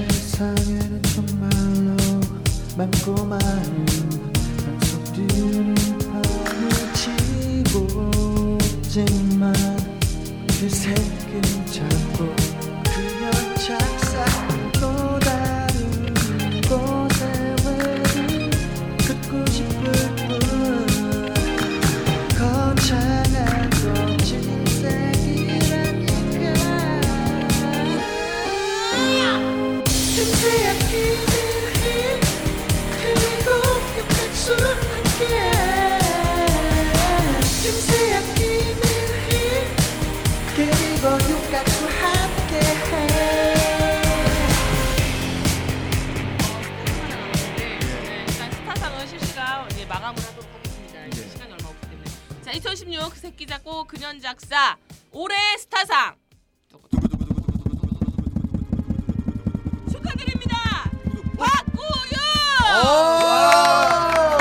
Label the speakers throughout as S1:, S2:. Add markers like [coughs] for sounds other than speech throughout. S1: 세상에는 정말로 맘고 마음 속드는 밤을 지고 있지만 그 새끼는 자꾸 그녀 착상 또 다른 곳에 외를 듣고 싶을 뿐 거창한 거친 인생이라니까 진지한 기대해 그리고 약속할게 진지한 기대해 그리고 약속할게
S2: 네, 일단 스타상은 실시간 이제 마감을 하도록 하겠습니다.
S3: 네.
S2: 이제 시간이 얼마 없기 때문에. 자, 2016 새끼 작고 근현 작사 올해 스타상 축하드립니다. 박구윤. 어,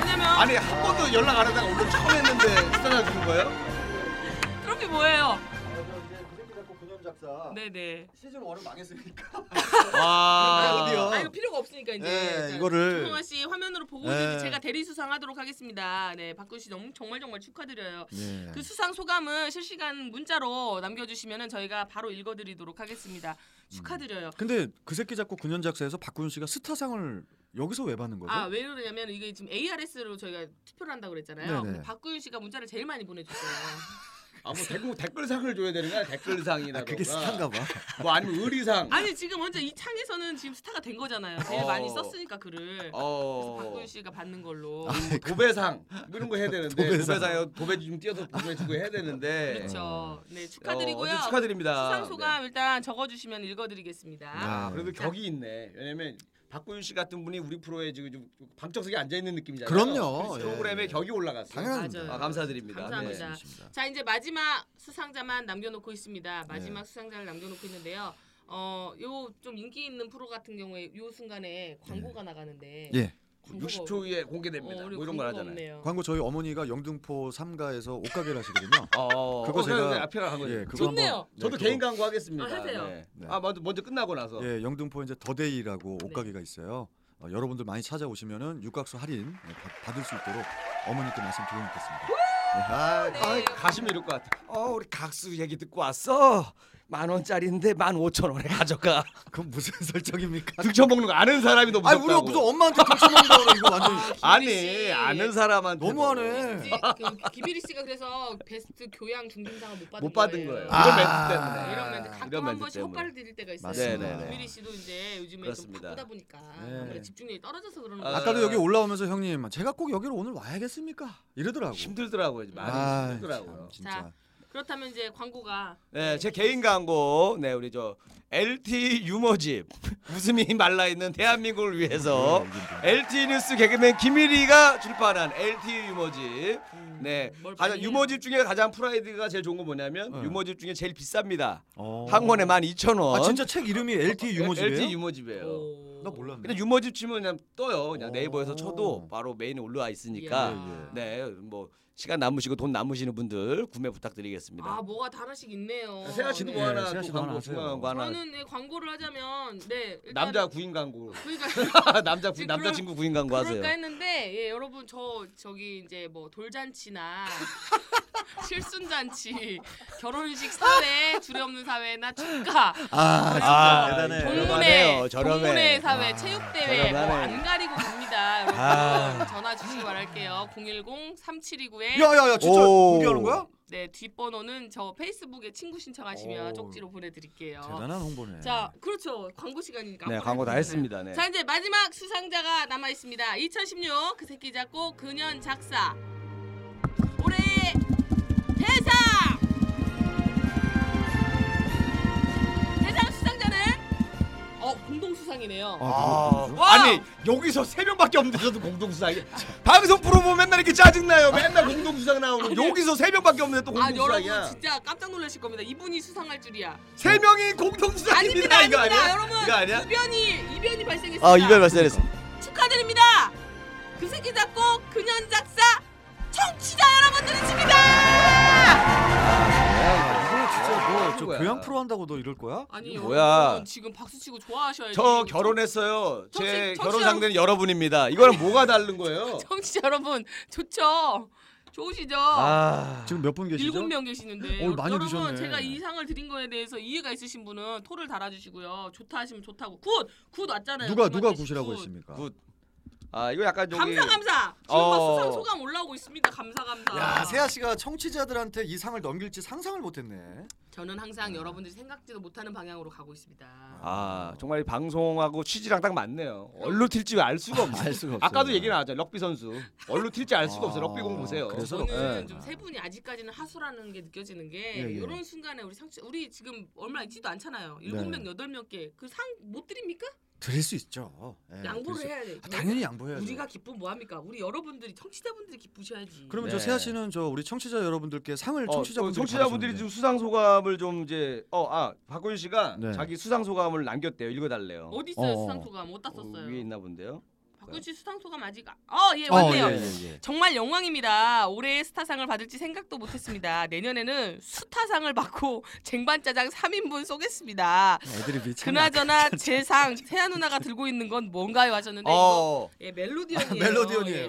S2: 왜냐면
S3: 아니 한 번도 연락 안 하다가 오늘 처음 했는데 스타가 주는 거예요?
S2: 트로피
S3: 아,
S2: 뭐예요?
S3: 그 근현 작사
S2: 네네.
S3: 시즌 1은 망했으니까
S4: 와.
S2: 아 이거 필요가 없으니까 이제.
S4: 네,
S2: 자,
S4: 이거를.
S2: 송영아 씨 화면으로 보고
S4: 네.
S2: 이제 제가 대리 수상하도록 하겠습니다. 네, 박구윤 씨 너무 정말 정말 축하드려요.
S4: 예.
S2: 그 수상 소감은 실시간 문자로 남겨주시면 저희가 바로 읽어드리도록 하겠습니다.
S4: 음.
S2: 축하드려요.
S4: 근데 그 새끼 잡고 근현 작사에서 박구윤 씨가 스타상을 여기서 왜 받는 거죠?
S2: 아 왜 그러냐면 이게 지금 ARS로 저희가 투표를 한다고 그랬잖아요.
S4: 네네.
S2: 근데 박구윤 씨가 문자를 제일 많이 보내줬어요.
S3: 아뭐 댓글, 댓글상을 줘야 되는 거야 댓글상이나
S4: 아, 그게 스타인가 봐.
S3: 뭐 아니면 의리상
S2: 아니 지금 먼저 이 창에서는 지금 스타가 된 거잖아요. 제일
S3: 어.
S2: 많이 썼으니까 글을. 그래서
S3: 어
S2: 박구윤 씨가 받는
S4: 아,
S2: 걸로.
S3: 도배상 뭐 이런
S2: [laughs]
S3: 거 해야 되는데
S4: 도배상.
S3: 도배상 도배 좀 뛰어서 도배주고 해야 되는데
S2: 그렇죠. 네
S3: 어,
S2: 축하드리고요.
S3: 어쨌든 축하드립니다
S2: 수상
S3: 네.
S2: 소감 일단 적어주시면 읽어드리겠습니다.
S4: 네.
S3: 아, 그래도 격이 있네 왜냐면 박구윤 씨 같은 분이 우리 프로에 지금 좀 방청석에 앉아 있는 느낌이잖아요
S4: 그럼요.
S3: 그래서 프로그램에
S4: 예.
S3: 격이 올라갔어
S4: 당연합니다.
S2: 맞아요.
S3: 아, 감사드립니다.
S2: 감사합니다.
S4: 네.
S2: 자 이제 마지막 수상자만 남겨놓고 있습니다.
S3: 네.
S2: 마지막 수상자를 남겨놓고 있는데요. 어, 요 좀 인기 있는 프로 같은 경우에 요 순간에 광고가
S3: 네.
S2: 나가는데
S4: 예.
S2: 광고가
S3: 60초 후에 공개됩니다
S2: 어,
S3: 뭐 이런 걸
S2: 광고가
S3: 하잖아요
S2: 없네요.
S4: 광고 저희 어머니가 영등포 3가에서 옷가게를 하시거든요.
S3: 어,
S4: 그거
S3: 어,
S4: 제가-
S3: 네, 앞이랑 한 거죠.
S4: 예, 그거
S2: 좋네요.
S4: 한번, 네,
S3: 저도
S4: 그거-
S3: 개인 광고 하겠습니다.
S2: 아, 하세요.
S3: 네.
S4: 네.
S3: 아 먼저 먼저 끝나고 나서.
S4: 예, 영등포 이제 더데이라고
S2: 네.
S4: 옷가게가 있어요. 어, 여러분들 많이 찾아오시면은 육각수 할인 예, 받- 받을 수 있도록 어머니께 말씀드리겠습니다.
S3: 아, 아, 가시면 이럴 것 같아. 어 우리 각수 얘기 듣고 왔어. 만 원짜리인데 만 오천 원에 가져가.
S4: 그건 무슨 [laughs] 설정입니까?
S3: [laughs] 등쳐먹는 거 아는 사람이 더
S4: 아,
S3: 무섭다고.
S4: 우리가 무슨 엄마한테 도쳐먹는다 그래 이거 완전
S3: 아니 아는 사람한테 뭐
S4: 너무하네.
S2: 이제 그 기비리 씨가 그래서 베스트 교양 중등상을 못 받은
S3: 못 받은
S2: 거예요. 네,
S3: 거예요.
S4: 아.
S3: 이런 멘트 때문에.
S2: 이런 멘트 가끔
S3: 이런
S2: 한
S3: 멘트
S2: 번씩
S3: 때문에.
S2: 헛발을 들일 때가 있어요.
S4: 맞습니다.
S3: 네네네.
S2: 기비리 씨도 이제 요즘에 좀
S3: 그렇습니다.
S2: 바쁘다 보니까
S4: 네.
S2: 아무래도 집중력이 떨어져서 그런 거.
S3: 아,
S4: 아까도 여기 올라오면서 형님 제가 꼭 여기로 오늘 와야겠습니까? 이러더라고.
S3: 힘들더라고요. 많이
S4: 아,
S3: 힘들더라고요.
S4: 참, 진짜.
S2: 그렇다면 이제 광고가
S3: 네, 제 개인 광고. 네, 우리 저 LT 유머집 [laughs] 웃음이 말라 있는 대한민국을
S4: 어?
S3: 위해서
S4: 네,
S3: LT 뉴스 개그맨 김일희가 출판한 LT 유머집.
S4: 음,
S3: 네,
S2: 뭘
S3: 가장
S2: 많이
S3: 유머집 중에 가장 프라이드가 제일 좋은 건 뭐냐면
S4: 네.
S3: 유머집 중에 제일 비쌉니다.
S4: 어.
S3: 한 권에 12,000원.
S4: 아 진짜 책 이름이 LT 유머집이에요? 어.
S3: LT 유머집이에요.
S2: 오.
S4: 나 몰랐네.
S3: 근데 유머집 치면 그냥 떠요. 그냥
S4: 오.
S3: 네이버에서 쳐도 바로 메인에 올라와 있으니까.
S2: 이야.
S4: 예,
S3: 네, 뭐 시간 남으시고 돈 남으시는 분들 구매 부탁드리겠습니다.
S2: 아 뭐가 다나씩 있네요.
S3: 세아 씨도 뭐
S4: 네,
S3: 하나
S4: 세아
S3: 또
S4: 씨도
S3: 광고
S4: 하나
S3: 중간
S4: 하세요.
S3: 광고 하나
S2: 저는 네, 광고를 하자면 네 일단
S3: 남자 구인
S4: [laughs]
S3: 광고 [laughs]
S2: 그러니까
S3: 남자 구,
S2: 지금
S3: 남자 친구 구인 광고 하세요.
S2: 그럴까 했는데 예, 여러분 저 저기 이제 뭐
S3: [laughs]
S2: 돌잔치나 실순잔치 결혼식 사회 두려움는 사회나 축가
S4: 아
S3: 아,
S4: 진짜 대단해.
S3: 정말.
S2: 동문회
S3: 저렴하네요, 저렴해.
S2: 동문회 사회
S3: 아,
S2: 체육대회
S3: 저렴하네.
S2: 뭐안 가리고 갑니다 여러분
S3: 아.
S2: 전화 주시기 바랄게요 010 3729에
S4: 야야야 진짜
S3: 오.
S4: 공개하는 거야?
S2: 네 뒷번호는 저 페이스북에 친구 신청하시면
S4: 오.
S2: 쪽지로 보내드릴게요
S4: 대단한 홍보네.
S2: 어. 자 그렇죠 광고 시간이니까
S3: 네,
S2: 아무거나
S3: 광고 다
S2: 해도 되잖아요.
S3: 했습니다. 네.
S2: 자 이제 마지막 수상자가 남아 있습니다. 2016 그 새끼 작고 그년 작사 올해 대상 대상 수상자는 어 공동 수상이네요.
S3: 아,
S4: 누구-
S2: 와!
S3: 아니 여기서 세 명밖에 없는데도 공동수상 이게 방송 프로 보면 맨날 이렇게 짜증나요 맨날 공동수상 나오는 거. 여기서 세 명밖에 없는데 또
S2: 아 여러분
S3: 공동수상이야
S2: 진짜 깜짝 놀라실 겁니다. 이분이 수상할 줄이야.
S3: 세 명이 공동수상입니다
S2: 아닙니다, 아닙니다,
S3: 이거 [laughs] 아니야?
S2: 여러분.
S3: 이거 아니야?
S2: 이변이 이변이 발생했습니다.
S4: 아, 이별 발생했어.
S2: 축하드립니다. 그 새끼 작고 그년 작사 청취자 여러분들이십니다.
S4: 이거 진짜 뭐
S3: 한
S4: 저
S3: 거야.
S4: 교양 프로 한다고도 이럴 거야?
S2: 아니
S3: 이게
S2: 여러분
S3: 뭐야?
S2: 지금 박수 치고 좋아하셔야지.
S3: 저 결혼했어요.
S2: 정치-
S3: 제
S2: 정치하고-
S3: 결혼 상대는 여러분입니다. 이거랑 뭐가 다른 거예요?
S2: 정치 여러분 좋죠. 좋으시죠?
S3: 아
S4: 지금 몇 분 계시죠?
S2: 일곱 명 계시는데
S4: 어, 많이
S2: 여러분
S4: 드셨네.
S2: 제가 이 상을 드린 거에 대해서 이해가 있으신 분은 토를 달아주시고요. 좋다 하시면 좋다고 굿! 굿 왔잖아요.
S4: 누가 누가
S2: 김한태 씨
S4: 굿이라고
S2: 굿.
S4: 했습니까?
S3: 굿. 아 이거 약간 저기
S2: 감사 감사. 지금
S3: 어.
S2: 막 수상 소감 올라오고 있습니다. 감사 감사.
S4: 야 세아 씨가 청취자들한테 이 상을 넘길지 상상을 못했네.
S2: 저는 항상 여러분들이 생각지도 못하는 방향으로 가고 있습니다.
S3: 아 정말 이 방송하고 취지랑 딱 맞네요. 얼로 튈지 알 수가 없어요.
S4: 알 수가 없어요.
S3: 아까도 얘기 나왔잖아요. 럭비 선수 얼로 튈지 알 수가
S4: 아,
S3: 없어요. 럭비 공 보세요.
S4: 그래서-
S2: 저는
S3: 예.
S2: 좀 세 분이 아직까지는 하수라는 게 느껴지는 게
S4: 예, 예.
S2: 이런 순간에 우리 상치 우리 지금 얼마 있지도 않잖아요. 일곱
S4: 네.
S2: 명 여덟 명께 그 상 못 드립니까?
S4: 드릴 수 있죠. 예, 드릴
S2: 양보를
S4: 수-
S2: 해야 돼.
S4: 아, 당연히 양보해야죠.
S2: 우리가 기쁘면 뭐 합니까? 우리 여러분들이 청취자분들이 기쁘셔야지.
S4: 그러면
S3: 네.
S4: 저 세아 씨는 저 우리 청취자 여러분들께 상을
S3: 어,
S4: 청취자분들이
S3: 청취자분들이, 청취자분들이 지금 수상 소감을 좀 이제 어아 박고윤 씨가
S4: 네.
S3: 자기 수상 소감을 남겼대요. 읽어달래요.
S2: 어디 있어요
S4: 어.
S2: 수상 소감? 어디다
S3: 어,
S2: 썼어요?
S3: 위에 있나 본데요.
S2: 박군 씨 수상 소감 아직 어예 왔네요.
S4: 어, 예, 예, 예.
S2: 정말 영광입니다. 올해의 스타상을 받을지 생각도 못했습니다. 내년에는 수타상을 받고 쟁반짜장 3인분 쏘겠습니다.
S4: 애들이 미친.
S2: 그나저나 제 상 세아 누나가 들고 있는 건 뭔가요 하셨는데 이거
S3: 어
S2: 예, 멜로디언이에요.
S4: 아, 멜로디언이에요.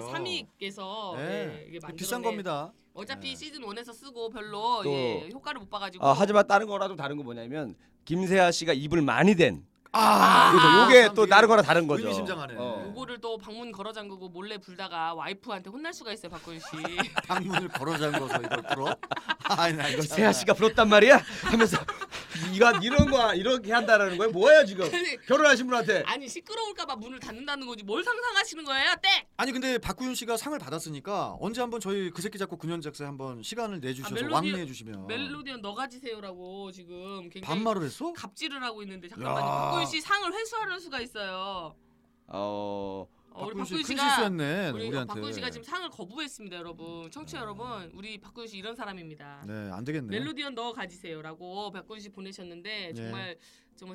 S4: 네.
S2: 예, 삼이께서 예, 이게 만들어낸-
S4: 비싼 겁니다.
S2: 어차피
S4: 네.
S2: 시즌 1에서 쓰고 별로
S3: 또-
S2: 예, 효과를 못 봐가지고
S3: 아, 하지만 다른 거랑 좀 다른 거 뭐냐면 김세아 씨가 입을 많이 된.
S4: 아,
S3: 그래서 요게 또 다른 거랑 다른 거죠.
S4: 의미심장하네.
S3: 어.
S2: 요거를 또 방문 걸어 잠그고 몰래 불다가 와이프한테 혼날 수가 있어요 박군 씨.
S4: [laughs] 방문을 걸어 잠궈서 이걸 풀어? 아니 나 이거
S3: [laughs] 세아 씨가 불렀단 말이야 하면서 [laughs] 이가 이런 거 이렇게 한다라는 거야 뭐야
S2: [laughs]
S3: 지금
S2: 아니,
S3: 결혼하신 분한테
S2: 아니 시끄러울까봐 문을 닫는다는 거지 뭘 상상하시는 거예요? 땡!
S4: 아니 근데 박구윤 씨가 상을 받았으니까 언제 한번 저희 그 새끼 잡고 근현 작사 한번 시간을 내주셔서
S2: 아, 멜로디-
S4: 왕래해 주시면
S2: 멜로디언 너가지세요라고 지금 굉장히
S4: 어. 반말을 했어?
S2: 갑질을 하고 있는데
S4: 야.
S2: 잠깐만요. 박군 씨 상을 회수하는 수가 있어요.
S3: 어
S2: 어, 우리
S4: 박구윤
S2: 박군
S4: 씨큰
S2: 씨가
S4: 실수했네
S2: 우리
S4: 우리 한테
S2: 박군 씨가 지금 상을 거부했습니다, 여러분. 청취자 여러분, 우리 박군 씨 이런 사람입니다.
S4: 네안 되겠네.
S2: 멜로디언 넣어 가지세요라고 박군 씨 보내셨는데
S4: 네.
S2: 정말 정말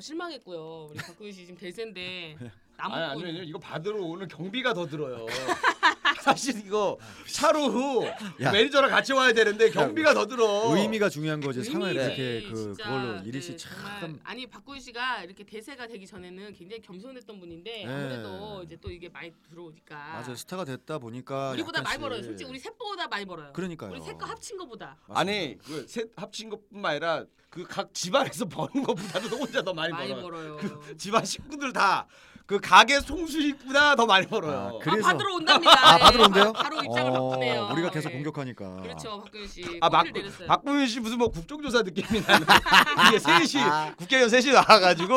S4: [laughs]
S2: 실망했고요. 우리 박군 씨 지금 대세인데
S4: 네.
S3: 아니 아니 아니,
S2: 남은
S3: 이거 받으러 오늘 경비가 더 들어요 [laughs] 사실 이거 차로 후
S4: 야.
S3: 매니저랑 같이 와야 되는데 경비가 더 들어
S4: 의미가 중요한 거지 상을
S2: 의미지,
S4: 이렇게 그
S2: 진짜.
S4: 그걸로 이리
S2: 네,
S4: 씨참
S2: 정말. 아니 박군 씨가 이렇게 대세가 되기 전에는 굉장히 겸손했던 분인데
S4: 네.
S2: 아무래도 이제 또 이게 많이 들어오니까
S4: 맞아 스타가 됐다 보니까
S2: 우리보다 많이
S4: 약간씩-
S2: 벌어요. 솔직히 우리 셋보다 많이 벌어요.
S4: 그러니까요.
S2: 우리 셋거 합친 거보다
S3: 아니 그 셋 합친 것뿐만 아니라 그 각 집안에서 버는 것보다도 혼자 더 많이
S2: 많이
S3: 벌어
S2: 벌어요.
S4: 그
S2: 아,
S3: 집안 식구들 다 그 가게 송수식보다 더 많이 벌어요
S4: 아,
S2: 아
S4: 그래서-
S2: 받으러 온답니다.
S4: 아, 받으러
S2: 예,
S4: 온대요? 어,
S2: 바로 입장을 바꾸네요.
S4: 우리가 계속
S2: 예.
S4: 공격하니까.
S2: 그렇죠, 박근 씨.
S3: 아,
S2: 아,
S3: 박,
S2: 막 내렸어요.
S3: 박보윤 씨 무슨 뭐 국정조사 느낌이 나는 [laughs] 이게 셋이
S4: 아.
S3: 국회의원 셋이 나와가지고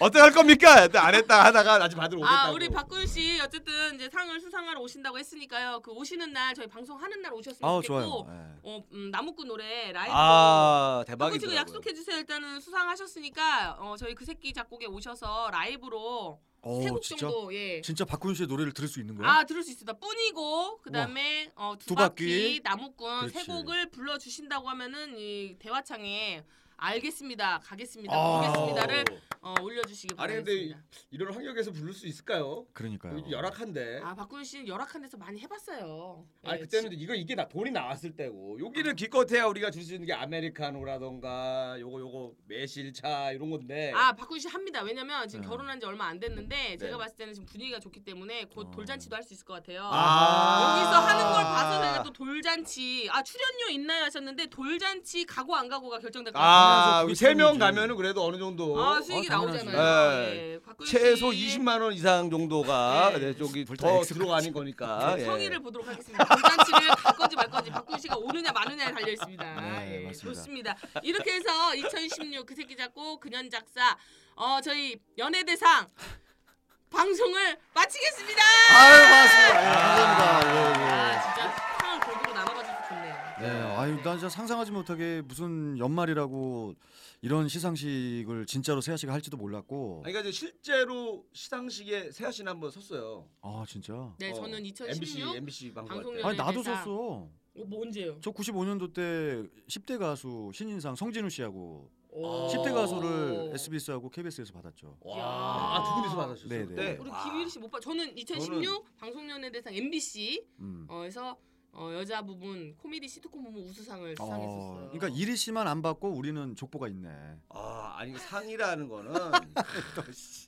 S3: 어떡할 겁니까? 안 했다 하다가 나중에 받으러 오겠다고
S2: 아, 우리 박군 씨 어쨌든 이제 상을 수상하러 오신다고 했으니까요. 그 오시는 날 저희 방송 하는 날 오셨으면
S4: 아우
S2: 좋겠고,
S4: 좋아요. 예.
S2: 어, 음, 나무꾼 노래 라이브.
S3: 아
S2: 박군 씨가
S3: 대박이더라고요
S2: 약속해 주세요. 일단은 수상하셨으니까 어, 저희 그 새끼 작곡에 오셔서 라이브로 세
S4: 오
S2: 곡
S4: 진짜
S2: 정도 예
S4: 진짜 박구윤 씨의 노래를 들을 수 있는 거야?
S2: 아 들을 수 있습니다. 뿐이고 그다음에 어, 두,
S4: 두 바퀴.
S2: 바퀴, 나무꾼 세
S4: 그렇지.
S2: 곡을 불러 주신다고 하면은 이 대화창에 알겠습니다. 가겠습니다.
S4: 아.
S2: 보겠습니다를 어, 올려주시기
S3: 아니, 근데
S2: 바라겠습니다.
S3: 이런 환경에서 부를 수 있을까요? 뭐
S4: 그러니까요.
S3: 열악한데
S2: 아 박군 씨는 열악한 데서 많이 해봤어요.
S3: 아니
S2: 예,
S3: 그때는
S2: 지-
S3: 이거 이게 나 돈이 나왔을 때고 여기는 기껏해야 우리가 줄 수 있는 게 아메리카노라던가 요거 요거 매실차 이런 건데
S2: 아 박군 씨 합니다. 왜냐면 지금
S4: 네.
S2: 결혼한 지 얼마 안 됐는데 제가
S3: 네.
S2: 봤을 때는 지금 분위기가 좋기 때문에 곧
S4: 어.
S2: 돌잔치도 할 수 있을 것 같아요.
S3: 아.
S2: 여기서 하는 걸 봐서 저희가 또 돌잔치 아 출연료 있나요 하셨는데 돌잔치 가고 안 가고가 결정될 것 같아요.
S4: 그래서
S3: 아, 우리
S4: 그
S3: 세 명
S4: 수준이지.
S3: 가면은 그래도 어느 정도
S2: 아 수익이
S4: 어, 당연하죠.
S2: 나오잖아요.
S3: 예.
S2: 예. 박군
S3: 최소
S2: 씨의
S3: 20만 원 이상 정도가
S2: 네.
S3: 네, 저기
S4: 불타
S3: 더
S4: X까지.
S3: 들어가는
S4: 아,
S3: 거니까 예.
S2: 성의를 보도록 하겠습니다. 돌잔치를 갈 건지 말 건지 박군 씨가 오느냐 마느냐에 달려 있습니다.
S4: 네,
S2: 예,
S4: 맞습니다.
S2: 좋습니다. 이렇게 해서 2016 그 새끼 잡고 그년 작사 어 저희 연예대상 방송을 마치겠습니다.
S4: 아유 고맙습니다. 예, 감사합니다. 예,
S2: 아
S4: 예.
S2: 진짜 상을 골고루 나눠가지고 좋네요.
S4: 네, 아유 난 진짜 상상하지 못하게 무슨 연말이라고 이런 시상식을 진짜로 세아 씨가 할지도 몰랐고.
S3: 아니, 그러니까 이제 실제로 시상식에 세아 씨는 한번 섰어요.
S4: 아 진짜.
S2: 네
S3: 어,
S2: 저는
S3: MBC
S2: 2016
S3: MBC 방송 할 때.
S2: 방송연예
S4: 아니 나도
S2: 대상.
S4: 썼어.
S2: 어, 뭐 언제요?
S4: 저 95년도 때 10대 가수 신인상 성진우 씨하고
S2: 오.
S4: 10대 어, 가수를 SBS하고 KBS에서 받았죠.
S2: 야.
S3: 와, 아두 분이서 받으셨어요.
S4: 네, 네.
S3: 그때?
S2: 우리
S3: 와.
S2: 김유리 씨못 봐. 저는 2016 방송연예대상 MBC
S4: 음.
S2: 어에서 어, 여자 부분 코미디 시트콤 부분 우수상을 수상했었어요. 어.
S4: 어, 그러니까 이리 씨만 안 받고 우리는 족보가 있네.
S3: 아 아니
S4: [laughs]
S3: 상이라는 거는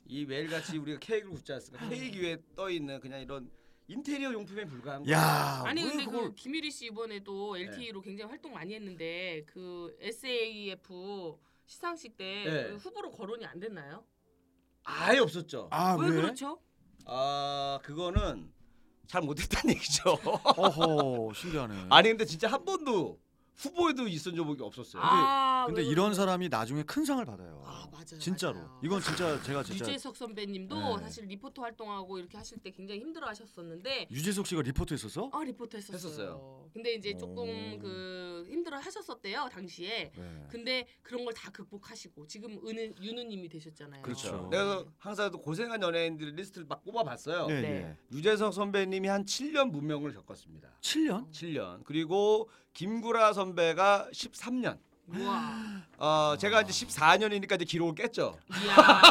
S3: 이 매일같이 우리가 케이크를 굽지 않습니까? 케이크 위에 떠 있는 그냥 이런 인테리어 용품에 불과한 거.
S4: 야,
S2: 아니 네.
S4: 왜
S2: 근데
S4: 그걸
S2: 그 김일희 씨 이번에도 LTE로 굉장히 활동 많이 했는데 그 SAF 시상식 때
S3: 네.
S2: 그 후보로 거론이 안 됐나요?
S3: 아예 없었죠. 아,
S4: 아,
S2: 왜 그렇죠?
S3: 그거는 잘 못했다는 [laughs] 얘기죠.
S4: 네. 어허,
S2: [laughs]
S4: 신기하네.
S3: 아니 근데 진짜 한 번도 후보에도 있은 적이 없었어요.
S2: 아,
S4: 근데
S2: 왜
S4: 이런
S2: 그렇죠?
S4: 사람이 나중에 큰 상을 받아요.
S2: 아, 맞아요,
S4: 진짜로.
S2: 맞아요.
S4: 이건 진짜 제가 진짜
S2: 유재석 선배님도
S4: 네.
S2: 사실 리포터 활동하고 이렇게 하실 때 굉장히 힘들어하셨었는데
S4: 유재석 씨가 리포트 했었어?
S2: 아 리포터 했었어요.
S3: 했었어요.
S2: 근데 이제
S4: 오.
S2: 조금 그 힘들어 하셨었대요 당시에.
S4: 네.
S2: 근데 그런 걸 다 극복하시고 지금 은은 유느님이 되셨잖아요.
S4: 그렇죠.
S3: 내가 항상 또 고생한 연예인들 리스트를 막 뽑아봤어요.
S4: 예,
S2: 네.
S4: 예.
S3: 유재석 선배님이 한 7년 문명을 겪었습니다.
S4: 7년?
S3: 7년. 그리고 김구라 선배가 13년.
S2: 우와.
S3: 어, 제가 이제 14년이니까 이제 기록을 깼죠.
S2: 이야.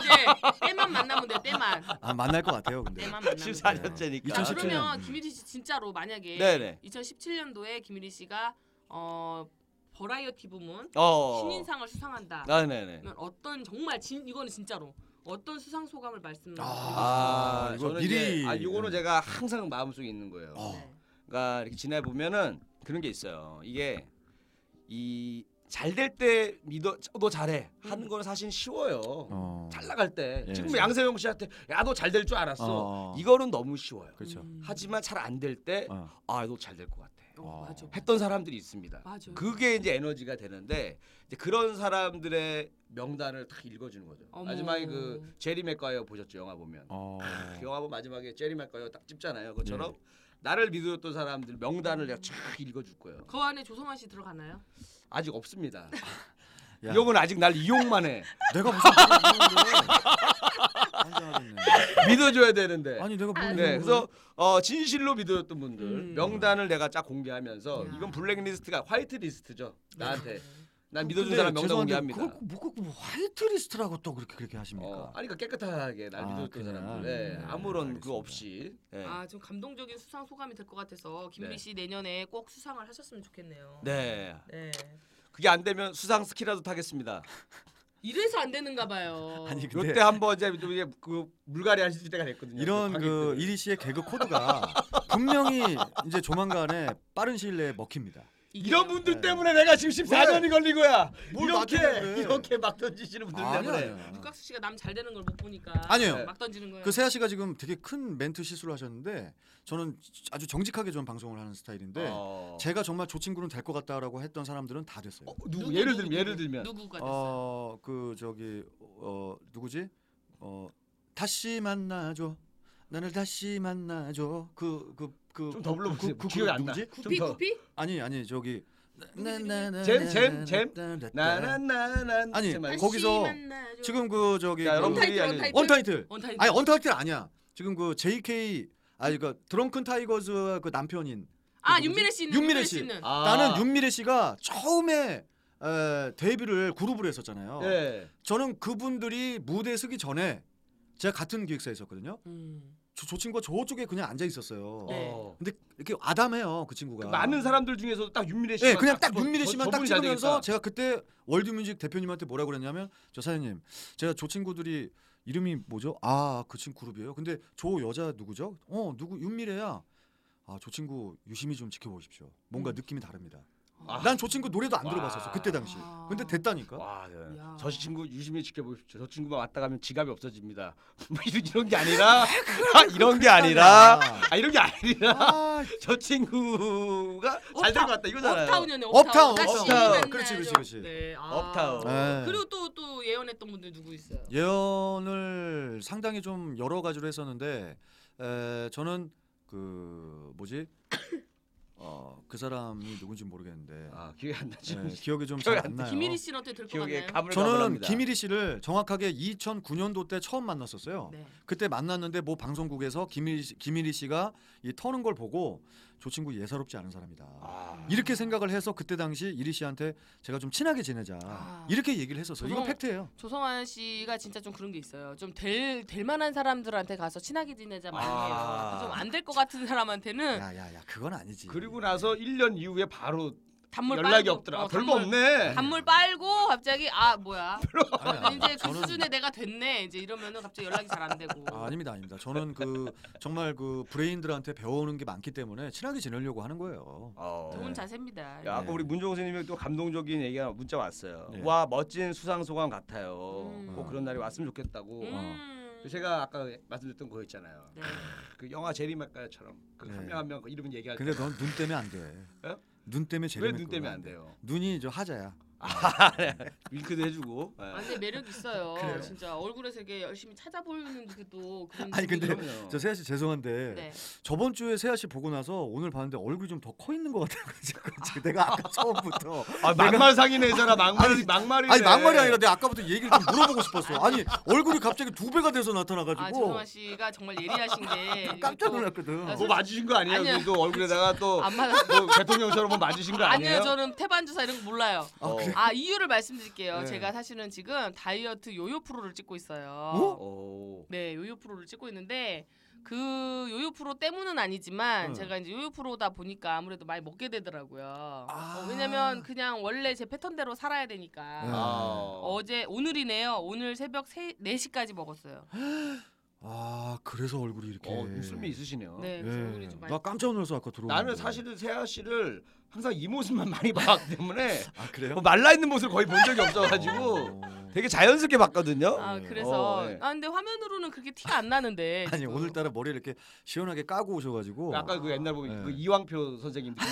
S2: 이제 때만 만나면 돼요. 때만.
S4: 아, 만날 것 같아요, 근데.
S2: 때만 만나면 돼요.
S3: 14 네. 년째니까.
S2: 자
S4: 2017 년.
S2: 그러면 김일희 씨 진짜로 만약에
S3: 네네.
S2: 2017년도에 김일희 씨가 어 버라이어티 부문
S3: 어.
S2: 신인상을 수상한다.
S3: 아, 네네.
S2: 그러면 어떤 정말 진 이거는 진짜로 어떤 수상 소감을 말씀드리고
S4: 아, 이거
S3: 저는
S4: 미리-
S3: 이제, 아, 이거는 제가 항상 마음속에 있는 거예요.
S4: 어.
S2: 네.
S3: 그러니까 이렇게 지내 보면은 그런 게 있어요. 이게 이 잘 될 때 믿어 너 잘해
S2: 음.
S3: 하는 거는 사실 쉬워요.
S4: 어.
S3: 잘 나갈 때
S4: 예.
S3: 지금 양세형 씨한테 야 너 잘 될 줄 알았어.
S4: 어.
S3: 이거는 너무 쉬워요.
S4: 그렇죠.
S2: 음.
S3: 하지만 잘 안 될 때 아
S4: 어.
S3: 너 잘 될 것 같아.
S2: 어, 맞아.
S3: 했던 사람들이 있습니다.
S2: 맞아요.
S3: 그게 이제 에너지가 되는데 이제 그런 사람들의 명단을 딱 읽어주는 거죠.
S2: 어머.
S3: 마지막에 그 제리 맥과이어 보셨죠 영화 보면.
S4: 어.
S3: 그 영화 보면 마지막에 제리 맥과이어 딱 찝잖아요. 그처럼
S4: 네.
S3: 나를 믿어줬던 사람들 명단을 내가 쫙 읽어줄 거예요.
S2: 그 안에 조성환 씨 들어가나요?
S3: 아직 없습니다.
S4: 야,
S3: 이용은 아직 날 이용만 해. [laughs]
S4: 내가 무슨 환장하겠네.
S3: 믿어줘야 되는데.
S4: 아니, 내가 뭘
S3: 네, 그래서 어, 진실로 믿어줬던 분들
S2: 음.
S3: 명단을 내가 쫙 공개하면서
S2: 야.
S3: 이건 블랙리스트가 화이트리스트죠 네. 나한테 난
S4: 그
S3: 믿어준
S4: 근데
S3: 사람 명단
S4: 죄송한데
S3: 공개합니다.
S4: 그걸 꼭- 뭐, 꼭 뭐 화이트리스트라고 또 그렇게 그렇게 하십니까?
S3: 어, 아니 그러니까 깨끗하게 날
S4: 아,
S3: 믿어줬던
S4: 그냥.
S3: 사람들 예,
S4: 네,
S3: 아무런
S4: 알겠습니다.
S3: 그 없이 예.
S2: 아, 좀 감동적인 수상 소감이 될 것 같아서
S3: 네.
S2: 김일희 씨 내년에 꼭 수상을 하셨으면 좋겠네요.
S3: 네
S2: 네.
S3: 그게 안 되면 수상 스키라도 타겠습니다.
S2: 이래서 안 되는가 봐요.
S4: [laughs] 아니
S3: 요때
S4: 근데
S3: 한번 이제 또 이게 그 물갈이 하실 때가 됐거든요.
S4: 이런 그
S3: 관객들은.
S4: 이리 씨의 개그 코드가 분명히 이제 조만간에 빠른 시일 내에 먹힙니다.
S2: 이게-
S3: 이런 분들
S4: 네.
S3: 때문에 내가 지금 14년이 걸린 거야.
S4: 뭘
S3: 이렇게
S4: 맞추려고 그래.
S3: 이렇게 막 던지시는 분들 때문에.
S2: 육각수 씨가 남 잘 되는 걸 못 보니까
S4: 그, 아니에요.
S3: 네.
S2: 막 던지는 거예요.
S4: 그 세아 씨가 지금 되게 큰 멘트 실수를 하셨는데 저는 아주 정직하게 좀 방송을 하는 스타일인데
S3: 어.
S4: 네. 제가 정말 저 친구는 될 것 같다라고 했던 사람들은 다 됐어요.
S3: 어, 누구, 예를 들면 예를 들면
S2: 누구가 됐어요?
S4: 어, 그 저기 어 누구지? 어 다시 만나줘. 나를 다시 만나줘. 그
S3: 좀
S4: 그그좀더
S3: 더 불러보세요. 기억이 안 나.
S2: 구피
S3: 더.
S2: 구피?
S4: 아니 아니 저기
S3: 네, 잼, 잼, 잼. 나나나나
S4: 아니,
S3: 정말.
S4: 거- 거기서
S2: 다시 만나줘.
S4: 지금 그 저기
S3: 자,
S4: 그-
S3: 여러분들이
S2: 언타이틀,
S3: 아니-
S2: 언타이틀.
S4: 언타이틀.
S2: 원타임.
S3: 네.
S4: 아니 언타이틀 아니야. 지금 그 JK 아니 그 드렁큰 타이거즈 그 남편인
S2: 아
S4: 누구지?
S2: 윤미래 씨 있는
S4: 윤미래
S2: 윤미래
S4: 씨.
S2: 씨 있는.
S3: 아.
S4: 나는 윤미래 씨가 처음에 에, 데뷔를 그룹으로 했었잖아요.
S3: 예.
S4: 저는 그분들이 무대에 서기 전에 제가 같은 기획사에 있었거든요.
S2: 음.
S4: 저, 저 친구가 저쪽에 그냥 앉아 있었어요.
S2: 네.
S3: 어.
S4: 근데 이렇게 아담해요 그 친구가.
S3: 그 많은 사람들 중에서도 딱 윤미래 씨.
S4: 예, 그냥 딱 윤미래 씨만 딱 찍으면서 제가 그때 월드뮤직 대표님한테 뭐라고 그랬냐면 저 사장님 제가 저 친구들이 이름이 뭐죠? 아 그 친구 그룹이에요. 근데 저 여자 누구죠? 어 누구 윤미래야. 아 저 친구 유심히 좀 지켜보십시오. 뭔가
S2: 음.
S4: 느낌이 다릅니다.
S3: 아.
S4: 난 저 친구 노래도 안
S3: 와.
S4: 들어봤었어 그때 당시.
S2: 아.
S4: 근데 됐다니까.
S3: 와, 네.
S2: 야.
S3: 저 친구 유심히 지켜보십시오. 저 친구만 왔다 가면 지갑이 없어집니다. [laughs] 뭐 이런 이런 게 아니라 아, 이런 게 아니라 아, 이런 게 아니라 [laughs]
S4: 아,
S3: 저 친구가 잘 될 것 같다 이거잖아요.
S2: 업타운이네.
S4: 업타운,
S2: 업타운. 다시
S3: 업타운.
S2: 만나줘.
S4: 그렇지, 그렇지, 그렇지.
S2: 네. 아.
S3: 업타운.
S4: 네.
S2: 그리고 또 또 예언했던 분들 누구 있어요?
S4: 예언을 상당히 좀 여러 가지로 했었는데 에, 저는 그 뭐지 [coughs] 어, 그 사람이 누군지 모르겠는데
S3: 아, 기억이 안 나. 지금
S4: 예, 기억이 좀 잘
S3: 기억이
S4: 안 나요.
S2: 김일희 씨는 어떻게 될것
S3: [laughs] 기억에
S2: 같나요?
S3: 가물가물합니다.
S4: 저는 김일희 씨를 정확하게 2009년도 때 처음 만났었어요.
S2: 네.
S4: 그때 만났는데 뭐 방송국에서 김일희, 씨- 김일희 씨가 이 터는 걸 보고 저 친구 예사롭지 않은 사람이다.
S3: 아.
S4: 이렇게 생각을 해서 그때 당시 이리 씨한테 제가 좀 친하게 지내자
S2: 아.
S4: 이렇게 얘기를 했었어요. 이건
S2: 저는-
S4: 팩트예요.
S2: 조성환 씨가 진짜 좀 그런 게 있어요. 좀 될 될 만한 사람들한테 가서 친하게 지내자 많이
S3: 아.
S2: 해요. 좀 안 될 것 같은 사람한테는
S4: 야야야 그건 아니지.
S3: 네. 그리고 나서 1년 이후에 바로
S2: 단물
S3: 연락이
S2: 빨고,
S3: 없더라. 아,
S2: 어,
S3: 별거
S2: 단물-
S3: 없네.
S2: 단물 빨고 갑자기 아 뭐야
S4: 아니,
S2: 나
S4: 아니,
S2: 이제 그
S4: 저는-
S2: 수준에 내가 됐네 이제 이러면은 갑자기 연락이 잘 안 되고
S4: 아, 아닙니다, 아닙니다. 저는 그 정말 그 브레인들한테 배워오는 게 많기 때문에 친하게 지내려고 하는 거예요.
S3: 어.
S2: 좋은 자세입니다.
S3: 야, 아까
S4: 네.
S3: 우리 문종호 선생님이 또 감동적인 얘기가 문자 왔어요.
S4: 네.
S3: 와 멋진 수상 소감 같아요.
S2: 음.
S3: 꼭 그런 날이 왔으면 좋겠다고. 그
S2: 음.
S3: 뭐, 어. 제가 아까 말씀드렸던 거 있잖아요.
S2: 네.
S3: 그 영화 제리마카처럼 그 한
S4: 네.
S3: 명 한 명 그 이름 얘기할
S4: 근데 넌 눈 때문에 안 돼.
S3: 에?
S4: 눈 때문에 제일
S3: 때왜눈 때문에 안 돼요?
S4: 눈이 저 하자야.
S3: 윙크도 해주고. 예.
S2: 아, 근데 매력 있어요.
S4: 그래요?
S2: 진짜 얼굴에서 이게 열심히 찾아보이는 그도 그런
S4: 아니, 근데
S2: 분위기로.
S3: 그럼요.
S4: 저 세아 씨 죄송한데
S2: 네.
S4: 저번 주에 세아 씨 보고 나서 오늘 봤는데 얼굴이 좀 더 커 있는 것 같아요. 지금 내가 아까 처음부터
S3: 아, 막말상이네 이 사람 막말
S4: 아니,
S3: 막말이
S4: 아니 막말이 아니라 내가 아까부터 얘기를 좀 물어보고 싶었어. 아니 얼굴이 갑자기 두 배가 돼서
S2: 아
S4: 나타나가지고
S2: 조성환 씨가 정말 예리하신 게
S4: 깜짝
S2: 이게 또
S4: 놀랐거든.
S3: 뭐 맞으신 거 아니에요?
S2: 아니요.
S3: 그래도 얼굴에다가 또
S2: 안 맞았어요.
S3: 뭐 대통령처럼 뭐 맞으신 거 아니에요?
S2: 아니에요. 저는 태반 주사 이런 거 몰라요.
S3: 어.
S2: 아 이유를 말씀드릴게요.
S4: 네.
S2: 제가 사실은 지금 다이어트 요요 프로를 찍고 있어요.
S3: 아,
S4: 어?
S3: 오.
S2: 네, 요요 프로를 찍고 있는데 그 요요 프로 때문은 아니지만
S4: 네.
S2: 제가 이제 요요 프로다 보니까 아무래도 많이 먹게 되더라고요.
S4: 아.
S2: 어, 왜냐면 그냥 원래 제 패턴대로 살아야 되니까.
S4: 네.
S3: 아.
S2: 어제 오늘이네요. 오늘 새벽 3, 4시까지 먹었어요.
S4: 아 그래서 얼굴이 이렇게.
S3: 어, 웃음이 있으시네요.
S2: 네, 그래서 얼굴이
S4: 예.
S2: 좀 많이.
S4: 나 깜짝 놀라서 아까 들어.
S3: 나는 사실은 세아 씨를 항상 이 모습만 많이 봤기 [laughs] 때문에
S4: 아 그래요?
S3: 뭐 말라 있는 모습을 거의 본 적이 없어가지고
S4: 어.
S3: 되게 자연스럽게 봤거든요.
S2: 아 그래서
S3: 어, 네.
S2: 아 근데 화면으로는 그렇게 티가 안 나는데
S4: [laughs] 아니
S2: 지금.
S4: 오늘따라 머리 이렇게 시원하게 까고 오셔가지고.
S3: 아까 그 옛날 보면
S4: 네.
S3: 그 이왕표 선생님 느낌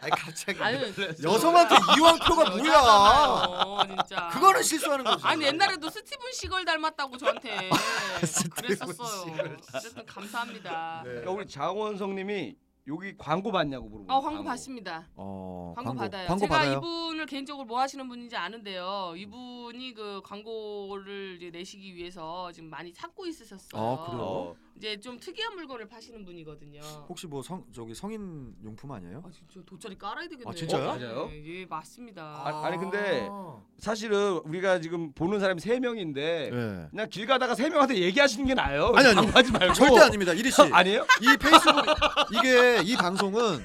S4: 아니, 갑자기
S2: 아니
S4: 여성한테 이왕표가 뭐야?
S2: 여자잖아요, 진짜
S4: 그거는 실수하는 거지. [laughs]
S2: 아니 옛날에도 스티븐 시걸 닮았다고 저한테
S4: 아, 스티븐
S2: 그랬었어요. 아, 어쨌든 감사합니다.
S4: 네.
S3: 그러니까 우리 장원성님이 여기 광고 봤냐고 물어보고.
S2: 아 광고 받습니다.
S4: 어
S2: 광고, 받아요.
S4: 광고
S2: 제가
S4: 받아요.
S2: 이분을 개인적으로 뭐 하시는 분인지 아는데요. 이분이 그 광고를 이제 내시기 위해서 지금 많이 찾고 있으셨어요.
S4: 아, 그래요?
S3: 어.
S2: 이제 좀 특이한 물물건을 파시는 분이거든요.
S4: 혹시 뭐 성 저기 성인 용품 아니에요?
S2: 아 진짜 돗자리 깔아야 되겠네요.
S4: 아, 진짜요?
S3: 어, 맞아요?
S2: 네, 예 맞습니다.
S3: 아, 아니, 근데 사실은 우리가 지금 보는 사람이 세 명인데
S4: 예.
S3: 그냥 길 가다가 세 명한테 얘기하시는 게 네. 나아요.
S4: 아니, 아니요.
S3: 광고하지 말고.
S4: 절대 아닙니다, 이리 씨.
S3: 아니에요?
S4: 이 페이스북 이게 이 방송은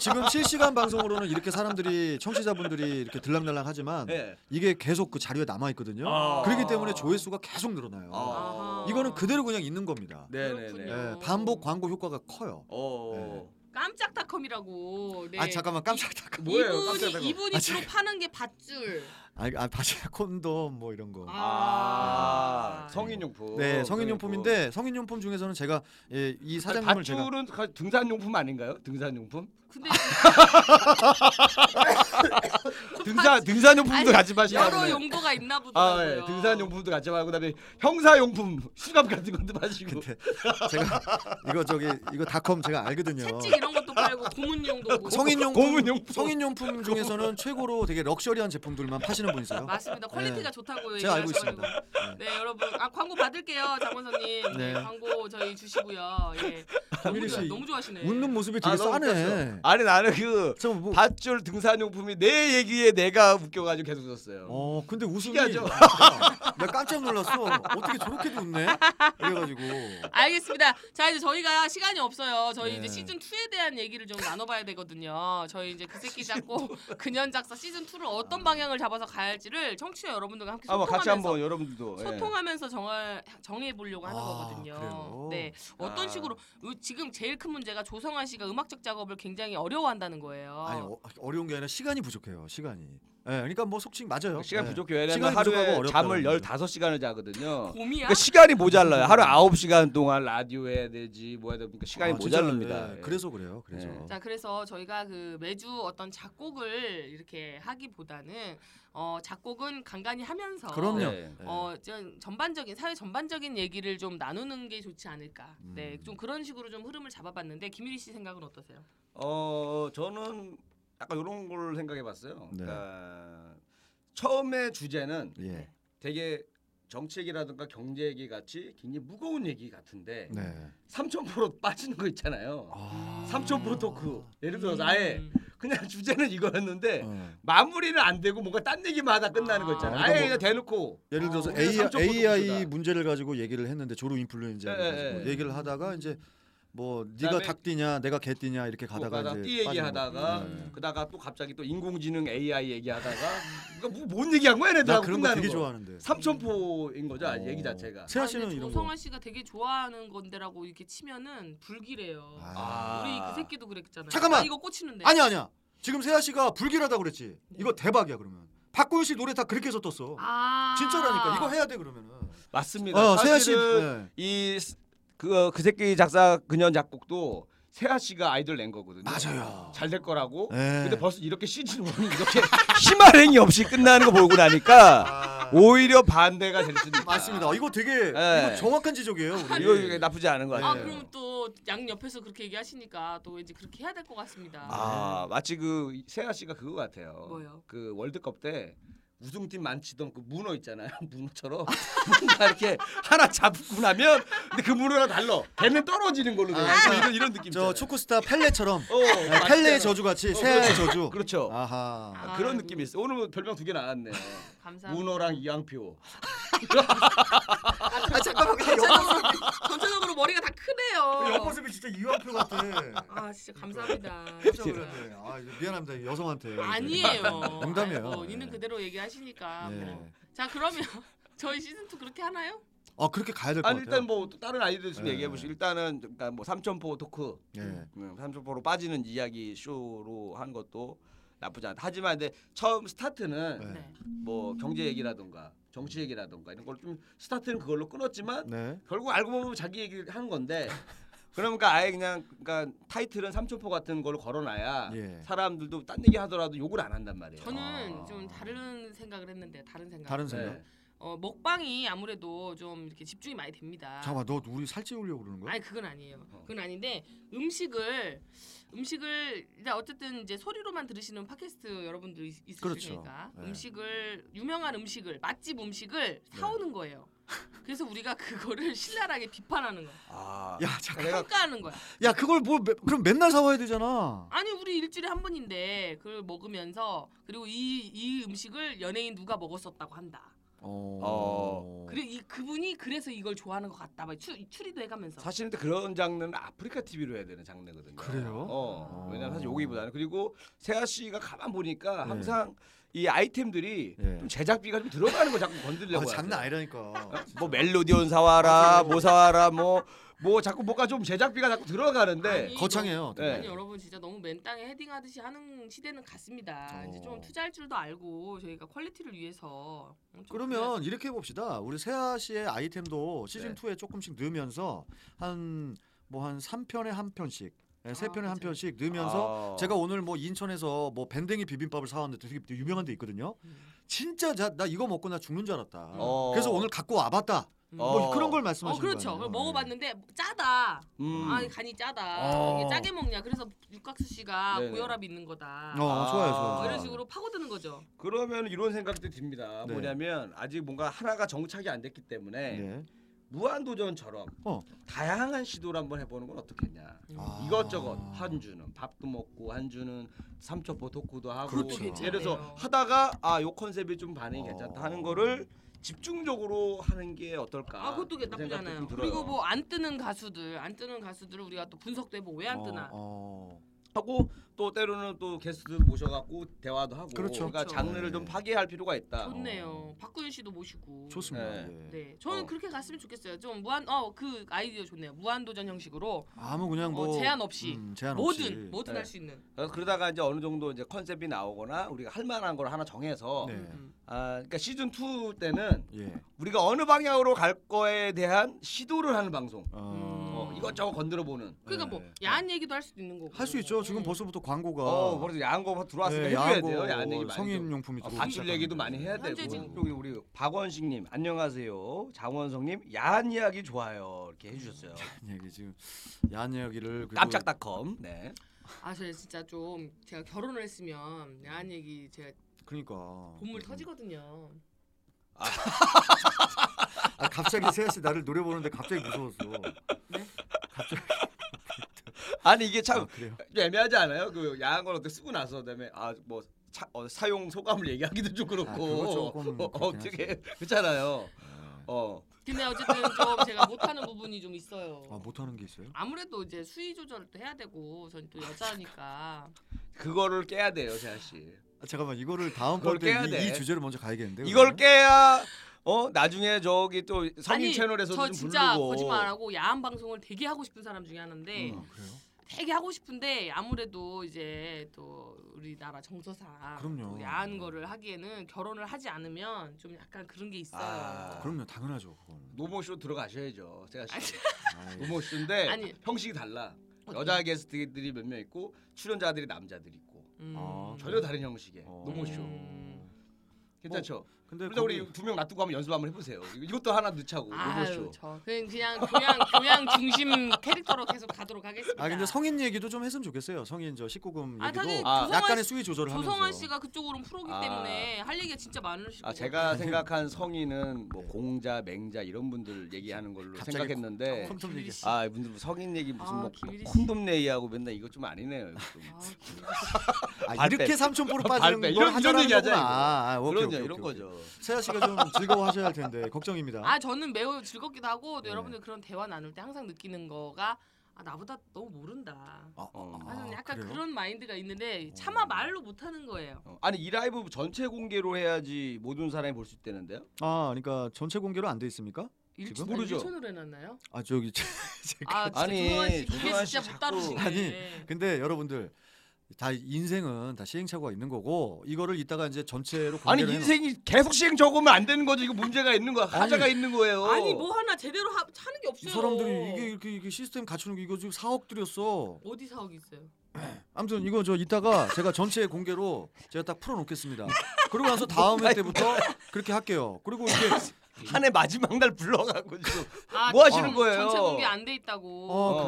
S4: 지금 실시간 방송으로는 이렇게 사람들이 청취자분들이 이렇게 들락날락하지만
S3: 네.
S4: 이게 계속 그 자료에 남아 있거든요.
S3: 아.
S4: 그렇기 때문에 조회수가 계속 늘어나요.
S3: 아.
S2: 아하.
S4: 이거는 그대로 그냥 있는 겁니다.
S3: 네네네.
S2: 그렇군요.
S4: 예, 반복 광고 효과가 커요.
S3: 어.
S2: 깜짝닷컴이라고. 네.
S4: 아 잠깐만 깜짝 잠깐.
S3: 뭐예요, 깜짝닷컴?
S2: 이분이 이분이
S4: 아,
S2: 주로 파는 게 밧줄.
S4: [laughs] 아니 아 다시 [laughs] 콘돔 뭐 이런 거.
S3: 아,
S2: 아.
S3: 성인용품.
S4: 네 성인용품인데 성인용품 중에서는 제가 예, 이 사장님을 제가
S3: 밧줄은 가- 등산용품 아닌가요? 등산용품?
S2: 근데
S3: 등산 등산용품도
S2: 아니,
S3: 같이 마시라고.
S2: 여러
S3: 그래.
S2: 용도가 있나
S3: 아,
S2: 보더라고요.
S3: 예. 등산용품도 같이 마시고 그다음에 형사용품 [laughs] 수갑 같은 것도
S4: [laughs]
S3: 마시고.
S4: 근데 제가 [laughs] 이거 저기 이거 닷컴 제가 알거든요.
S2: 채찍 이런 것도 팔고 고문용도
S4: [laughs]
S2: 뭐.
S4: 성인용품
S3: 고문용품.
S4: 성인용품 중에서는 최고로 되게 럭셔리한 제품들만 파시는 분이세요.
S2: 맞습니다. 퀄리티가
S3: 예.
S4: 네.
S2: 좋다고
S4: 제가 알고
S2: 얘기하셔가지고.
S4: 있습니다.
S2: 네 여러분 아 광고 받을게요 장원선님
S4: 네.
S2: 네. 광고 저희 주시고요
S4: [laughs]
S2: 예 너무,
S4: 민희
S2: 좋아,
S4: 씨,
S2: 너무 좋아하시네
S4: 웃는 모습이 되게
S3: 너무
S4: 싸네.
S3: 웃겼어. 아니 나는 그
S4: 좀 뭐,
S3: 밧줄 등산용품이 내 얘기에 내가 웃겨가지고 계속 썼어요.
S4: 어 근데 웃음이
S3: 신기하죠?
S4: 나 깜짝 놀랐어. 어떻게 저렇게도 웃네? 그래가지고
S2: 알겠습니다 자 이제 저희가 시간이 없어요 저희
S4: 네.
S2: 이제 시즌 2에 대한 얘기를 좀 나눠봐야 되거든요 저희 이제 그 새끼 잡고 [laughs] 그년 작사 시즌 2를 어떤 방향을 잡아서 가야 할지를 청취자 여러분들과 함께
S3: 한번
S2: 소통하면서
S3: 같이 한번 여러분들도 예.
S2: 소통하면서 정할 정해 보려고 하는
S4: 아,
S2: 거거든요.
S4: 그래요?
S2: 네, 어떤
S3: 아.
S2: 식으로 요- 지금 제일 큰 문제가 조성환 씨가 음악적 작업을 굉장히 어려워한다는 거예요.
S4: 아니 어, 어려운 게 아니라 시간이 부족해요. 시간이. 예, 그러니까 뭐 속칭 맞아요.
S3: 시간
S4: 예.
S3: 부족해요. 왜냐면
S4: 시간이
S3: 하루에
S4: 부족하고
S3: 잠을
S4: 어렵더라고요.
S3: 15시간을 자거든요.
S2: 곰이야?
S3: 그러니까 시간이 모자라요. 하루 9시간 동안 라디오 해야 되지 뭐 해야 되니까 시간이
S4: 음. 아, 진짜,
S3: 모자랍니다.
S4: 예,
S3: 예.
S4: 그래서 그래요. 그래서.
S3: 예.
S2: 자, 그래서 저희가 그 매주 어떤 작곡을 이렇게 하기보다는 어, 작곡은 간간히 하면서
S4: 그럼요.
S3: 네.
S4: 예.
S2: 어, 전 전반적인 사회 전반적인 얘기를 좀 나누는 게 좋지 않을까. 네,
S4: 음.
S2: 좀 그런 식으로 좀 흐름을 잡아봤는데 김유리 씨 생각은 어떠세요?
S3: 어 저는 약간 이런 걸 생각해 봤어요.
S4: 네.
S3: 그러니까 처음에 주제는
S4: 예.
S3: 되게 정치 얘기라든가 경제 얘기 같이 굉장히 무거운 얘기 같은데
S4: 네.
S3: 삼천 프로 [laughs] 빠지는 거 있잖아요.
S4: 아.
S3: 삼천 프로 토크 예를 들어서 아예
S2: 음.
S3: 그냥 주제는 이거였는데
S4: 어.
S3: 마무리는 안 되고 뭔가 딴 얘기만 하다 끝나는 거 있잖아요.
S4: 아,
S3: 아예
S4: 그러니까
S3: 그냥 대놓고
S4: 예를 들어서
S3: 어, 그냥
S4: AI,
S3: 삼촌 보통 보다.
S4: 문제를 가지고 얘기를 했는데 조루 인플루엔자
S3: 예,
S4: 가지고
S3: 예, 예.
S4: 얘기를 하다가 이제 뭐 네가
S3: 그다음에
S4: 닭띠냐 내가 개띠냐 이렇게
S3: 뭐
S4: 가다가 이제
S3: 띠
S4: 빠지는
S3: 얘기하다가
S4: 거고. 네.
S3: 그다가 또 갑자기 또 인공지능 AI 얘기하다가 그러니까 뭐, 뭔 얘기한 거야 얘네들하고
S4: 나 그런 거
S3: 끝나는
S4: 되게
S3: 거.
S4: 좋아하는데.
S3: 삼천포인 거죠
S4: 어.
S3: 얘기 자체가.
S4: 세아
S2: 아,
S4: 씨는
S2: 근데
S4: 이런 거.
S2: 조성아 씨가 되게 좋아하는 건데라고 이렇게 치면은 불길해요.
S4: 아.
S2: 우리 그 새끼도 그랬잖아요.
S4: 잠깐만!
S2: 아, 이거 꽂히는데.
S4: 아니 아니야. 지금 세아 씨가 불길하다 그랬지.
S2: 네.
S4: 이거 대박이야 그러면. 박고윤 씨 노래 다 그렇게 해서 떴어.
S2: 아.
S4: 진짜라니까. 이거 해야 돼 그러면은.
S3: 맞습니다.
S4: 어, 세아 씨.
S3: 그러니까 사실은
S4: 네.
S3: 이그그 새끼 작사 그년 작곡도 세아 씨가 아이돌 낸 거거든요.
S4: 맞아요.
S3: 잘 될 거라고.
S4: 네.
S3: 근데 벌써 이렇게
S4: [laughs]
S3: 시즌 1이 이렇게 희말행이 없이 끝나는 거 보고 나니까
S4: 아,
S3: 오히려 반대가 될 수도 있다.
S4: 맞습니다. 이거 되게
S3: 네.
S4: 이거 정확한 지적이에요. 우리.
S3: 이거 이거 나쁘지 않은 거
S4: 네.
S2: 아
S3: 같아요.
S2: 그럼 또 양 옆에서 그렇게 얘기하시니까 또 왠지 그렇게 해야 될 것 같습니다.
S3: 아 마치 그 세아 씨가 그거 같아요.
S2: 뭐요?
S3: 그 월드컵 때 우승팀 만치던 그 문어 있잖아요. [laughs] 문어처럼 뭔가 이렇게 하나 잡고 나면 근데 그 문어가 달라. 걔는 떨어지는 걸로 돼.
S4: 아.
S3: 아, 이런 이런 느낌.
S4: 저
S3: 있잖아요.
S4: 초코스타 펠레처럼
S3: 어,
S4: 네,
S3: 맞아요.
S4: 펠레의 저주 같이
S3: 어,
S4: 세아의
S3: 그렇죠.
S4: 저주.
S3: 그렇죠.
S4: 아하.
S3: 그런
S2: 아이고.
S3: 느낌이 있어. 오늘 뭐 별명 두 개 나왔네.
S2: 감사합니다.
S3: 문어랑 이양표.
S4: 아 잠깐만 근데
S2: 전체적으로, 전체적으로 머리가 다 크네요.
S4: 아, 옆모습이 진짜 이완표 같아.
S2: 아 진짜 감사합니다.
S4: 진짜
S3: 그렇죠.
S2: 진짜.
S4: 그런데 아 이거 미안합니다 이 여성한테.
S2: 아니에요.
S4: 농담이에요.
S2: 아이고,
S4: 네.
S2: 니는 그대로 얘기하시니까.
S4: 네.
S2: 뭐. 자 그러면 [laughs] 저희 시즌 2 그렇게 하나요?
S4: 아 그렇게 가야 될 것
S3: 아니
S4: 같아요.
S3: 일단 뭐또 다른 아이들 좀
S4: 네.
S3: 얘기해 보시고 일단은 그러니까 뭐 삼천포 토크,
S4: 예.
S3: 음, 삼천포로 빠지는 이야기 쇼로 한 것도 나쁘지 않다. 하지만 근데 처음 스타트는
S4: 네.
S3: 뭐 경제 얘기라든가 정치 얘기라든가 이런 걸 좀 스타트는 그걸로 끊었지만
S4: 네.
S3: 결국 알고 보면 자기 얘기를
S4: [laughs]
S3: 한 건데 그러니까 아예 그냥 그러니까 타이틀은 삼천포 같은 걸로 걸어놔야
S4: 예.
S3: 사람들도 딴 얘기 하더라도 욕을 안 한단 말이에요.
S2: 저는
S4: 아.
S2: 좀 다른 생각을 했는데 다른 생각.
S4: 다른
S3: 네.
S4: 생각.
S2: 어, 먹방이 아무래도 좀 이렇게 집중이 많이 됩니다.
S4: 잠깐만 너 우리 살찌우려고 그러는 거야?
S2: 아니 그건 아니에요.
S3: 어.
S2: 그건 아닌데 음식을 음식을 일단 어쨌든 이제 소리로만 들으시는 팟캐스트 여러분들 있- 있을
S4: 그렇죠.
S2: 테니까
S4: 네.
S2: 음식을 유명한 음식을 맛집 음식을 사오는 거예요. 그래서 우리가 [laughs] 그거를 신랄하게 비판하는 거야.
S3: 아,
S4: 야 잠깐.
S3: 내가
S2: 평가하는 거야.
S4: 야 그걸 뭘 매- 그럼 맨날 사와야 되잖아.
S2: 아니 우리 일주일에 한 번인데 그걸 먹으면서 그리고 이 이 음식을 연예인 누가 먹었었다고 한다.
S4: 어.
S3: 어.
S2: 그리고 이 그분이 그래서 이걸 좋아하는 것 같다. 막 추, 추리도 해가면서.
S3: 사실 근데 그런 장르는 아프리카 TV로 해야 되는 장르거든요.
S4: 그래요?
S3: 어.
S4: 아.
S3: 왜냐면 사실 여기보다는 그리고 세아 씨가 가만 보니까
S4: 네.
S3: 항상 이 아이템들이
S4: 예.
S3: 좀 제작비가 좀 들어가는 거 자꾸 건드려고
S4: 아, 장난
S2: [laughs]
S4: 아니라니까.
S3: 뭐 멜로디온 사와라, 뭐 사와라, 뭐 뭐 자꾸 뭔가 좀 제작비가 자꾸 들어가는데
S2: 아니,
S4: 거창해요.
S3: 네.
S2: 아니 여러분 진짜 너무 맨땅에 헤딩하듯이 하는 시대는 같습니다.
S4: 어.
S2: 이제 좀 투자할 줄도 알고 저희가 퀄리티를 위해서 좀
S4: 그러면 이렇게 해봅시다. 우리 세아 씨의 아이템도 시즌
S3: 네.
S4: 2에 조금씩 넣으면서 한 뭐 한 삼편에한 편씩, 네, 세
S2: 아,
S4: 편에 한
S2: 맞아요.
S4: 편씩 넣으면서
S3: 아.
S4: 제가 오늘 뭐 인천에서 뭐 밴댕이 비빔밥을 사왔는데 되게 유명한 데 있거든요.
S2: 음.
S4: 진짜 자- 나 이거 먹고 나 죽는 줄 알았다.
S3: 어.
S4: 그래서 오늘 갖고 와봤다.
S2: 음.
S3: 어.
S4: 뭐 그런 걸
S2: 어
S4: 말씀하시는
S2: 그렇죠.
S4: 거예요. 네.
S2: 그걸 먹어봤는데 짜다.
S3: 음.
S2: 아 간이 짜다.
S4: 어.
S2: 이게 짜게 먹냐. 그래서 육각수 씨가
S3: 네네.
S2: 고혈압이 있는 거다.
S4: 네. 어 좋아요
S3: 아.
S2: 뭐
S4: 좋아요.
S2: 이런 식으로 파고드는 거죠.
S3: 그러면 이런 생각도 듭니다.
S4: 네.
S3: 뭐냐면 아직 뭔가 하나가 정착이 안 됐기 때문에
S4: 예.
S3: 무한도전처럼
S4: 어.
S3: 다양한 시도를 한번 해보는 건 어떻겠냐.
S4: 아.
S3: 이것저것 한 주는 밥도 먹고 한 주는 삼천포 토크도 하고
S4: 그것도 괜찮네요.
S3: 예를 들어서 하다가 아 요 컨셉이 좀 반응이
S4: 그렇죠. 어.
S3: 괜찮다 하는 거를 집중적으로 하는 게 어떨까
S2: 아 그것도
S3: 그런 생각도
S2: 나쁘잖아요.
S3: 좀 들어요.
S2: 그리고 뭐 안 뜨는 가수들, 안 뜨는 가수들을 우리가 또 분석도 해보고 왜 안 뜨나.
S4: 어, 어.
S3: 하고 또 때로는 또 게스트들 모셔갖고 대화도 하고
S4: 그렇죠.
S3: 그러니까
S2: 그렇죠.
S3: 장르를 좀
S4: 네.
S3: 파괴할 필요가 있다
S2: 좋네요. 박구윤 씨도 모시고.
S4: 좋습니다. 예.
S2: 네, 저는
S3: 어.
S2: 그렇게 갔으면 좋겠어요. 좀 무한 어 그 아이디어 좋네요. 무한 도전 형식으로
S4: 아무 그냥 뭐
S2: 어, 제한 없이.
S4: 제한
S2: 뭐든
S4: 없이.
S2: 뭐든
S3: 네.
S2: 할 수 있는.
S3: 그래서 그러다가 이제 어느 정도 이제 컨셉이 나오거나 우리가 할 만한 걸 하나 정해서
S4: 네.
S2: 음.
S3: 아 그러니까 시즌 2 때는
S4: 예.
S3: 우리가 어느 방향으로 갈 거에 대한 시도를 하는 방송 어,
S2: 음.
S3: 이것저것 건드려 보는
S2: 그러니까 뭐
S4: 네.
S2: 야한 얘기도 할 수도 있는 거고.
S4: 할 수 있죠. 지금
S2: 음.
S4: 벌써부터 광고가
S3: 어, 그래서 야한 거 들어왔으니까
S4: 네,
S3: 해줘야
S4: 야한 거,
S3: 돼요. 야한 얘기 많이.
S4: 성인
S3: 좀.
S4: 용품이
S3: 아,
S4: 들어오기
S3: 반출 얘기도
S4: 시작하는데.
S3: 많이 해야 되고.
S2: 현재 지금.
S3: 여기 우리 박원식님 안녕하세요. 장원성님 야한 이야기 좋아요 이렇게 해주셨어요.
S4: 얘기 예, 지금 야한 얘기를 그리고
S3: 깜짝닷컴. 네.
S2: 아, 저 진짜 좀 제가 결혼을 했으면 야한 얘기 제가
S4: 어, 그러니까
S2: 본물 터지거든요.
S4: 아, 갑자기 세아 씨 나를 노려보는데 갑자기 무서웠어.
S3: 아니 이게
S4: 아,
S3: 참
S4: 그래요.
S3: 좀 애매하지 않아요? 그 야한 걸 어떻게 쓰고 나서 그다음에 아뭐 어, 사용 소감을 얘기하기도 좀 그렇고
S4: 아, 그거 조금
S3: [laughs] 어,
S4: 그렇긴
S3: 어떻게 그렇잖아요. 어
S2: 근데 어쨌든 좀 제가 못하는 부분이 좀 있어요.
S4: 아 못하는 게 있어요?
S2: 아무래도 이제 수위 조절을 또 해야 되고 전 또 여자니까
S3: 그거를 깨야 돼요, 세아 씨.
S4: 아, 잠깐만 이거를
S3: 그걸
S4: 다음번
S3: 깨야
S4: 때
S3: 돼.
S4: 이, 이 주제를 먼저 가야겠는데. 그러면?
S3: 이걸 깨야 어 나중에 저기 또 성인
S2: 아니,
S3: 채널에서도
S2: 저
S3: 좀
S2: 진짜
S3: 부르고
S2: 거짓말 안 하고 야한 방송을 되게 하고 싶은 사람 중에 하나인데
S3: 예.
S4: 어, 그래요?
S2: 되게 하고 싶은데 아무래도 이제 또 우리나라 정서상
S4: 그럼요.
S2: 또 야한 거를 하기에는 결혼을 하지 않으면 좀 약간 그런 게 있어요.
S3: 아.
S4: 그럼요 당연하죠. 그건.
S3: 노모쇼 들어가셔야죠, 세아
S2: 아니,
S3: 씨. 뭐,
S4: 아이,
S3: [laughs] 노모쇼인데
S2: 아니.
S3: 형식이 달라.
S2: 어때요?
S3: 여자 게스트들이 몇 명 있고 출연자들이 남자들이 있고
S2: 음.
S4: 아,
S3: 전혀 다른 형식의
S4: 어.
S3: 노모쇼.
S2: 음.
S3: 괜찮죠?
S4: 근데
S3: 일단
S4: 거기-
S3: 우리 두 명 놔두고 한번 연습 한번 해보세요. 이것도 하나
S4: 뭐
S3: 넣자고
S2: 아유
S3: 노모쇼.
S2: 저 그냥 그냥 교양 교양 중심 캐릭터로 계속 가도록 하겠습니다.
S4: 아 근데 성인 얘기도 좀 했으면 좋겠어요. 성인 저 19금
S2: 아, 당연히
S4: 얘기도
S3: 아,
S2: 조성환
S4: 약간의
S2: 씨-
S4: 수위 조절을
S2: 조성환
S4: 하면서.
S2: 씨가 그쪽으로는 프로기
S3: 아.
S2: 때문에 할 얘기가 진짜 많으실
S3: 아
S2: 거예요.
S3: 제가
S4: 네.
S3: 생각한 성인은 뭐 공자, 맹자 이런 분들 얘기하는 걸로
S4: 갑자기
S3: 생각했는데
S4: 콘돔 얘기.
S3: 아 무슨 성인 얘기 무슨
S2: 아,
S3: 뭐
S2: 김일희 씨.
S3: 콘돔 얘기하고 맨날 이거 좀 아니네요. 이거 좀.
S2: 아,
S4: 아,
S3: 발뺌.
S4: 이렇게 삼촌포로 빠지는
S3: 발뺌.
S4: 걸
S3: 이런- 이런
S4: 하자라는
S3: 얘기하자,
S4: 거구나.
S3: 이거.
S4: 아, 아, 오케이,
S3: 그런
S4: 오케이,
S3: 이런
S4: 오케이, 오케이.
S3: 거죠.
S4: 세아 씨가 좀
S3: [laughs]
S4: 즐거워하셔야 할 텐데 걱정입니다.
S2: 아 저는 매우 즐겁기도 하고 또
S4: 네.
S2: 여러분들 그런 대화 나눌 때 항상 느끼는 거가 아 나보다 너무 모른다.
S4: 아,
S3: 어.
S4: 아,
S2: 아, 저는 약간
S4: 그래요? 어.
S2: 그런 마인드가 있는데 차마 말로 못하는 거예요.
S3: 어, 아니 이 라이브 전체 공개로 해야지 모든 사람이 볼 수 있다는데요?
S4: 아, 그러니까 전체 공개로 안 돼 있습니까?
S2: 일촌
S4: 지금?
S3: 모르죠.
S2: 일촌으로 해놨나요?
S4: 아, 저기 [laughs]
S2: 아 진짜
S3: 아니,
S2: 조성환 씨 이게
S3: 조성환 씨
S2: 진짜 못
S3: 자꾸-
S2: 다루시네.
S4: 아니, 근데 여러분들 다 인생은 다 시행착오가 있는 거고 이거를 이따가 이제 전체로
S3: 아니
S4: 공개를 해놓-
S3: 인생이 계속 시행 적으면 안 되는 거죠. 이거 문제가 있는 거야. 하자가 있는 거예요.
S2: 아니 뭐 하나 제대로 하, 하는
S4: 이
S2: 게 없어요.
S4: 사람들이 이게 이렇게 이게 시스템 갖추는 게 이거 지금 4억 들였어.
S2: 어디 사옥이 있어요?
S4: 아무튼 이거 저 이따가 제가 전체 공개로 제가 딱 풀어놓겠습니다. 그리고 나서 다음 회 때부터 그렇게 할게요. 그리고 이렇게
S3: 한해 마지막 날 불러가고 지금
S2: 아,
S3: 뭐 하시는
S2: 전-
S3: 거예요?
S2: 전체 공개 안 돼 있다고.
S4: 아
S3: 어.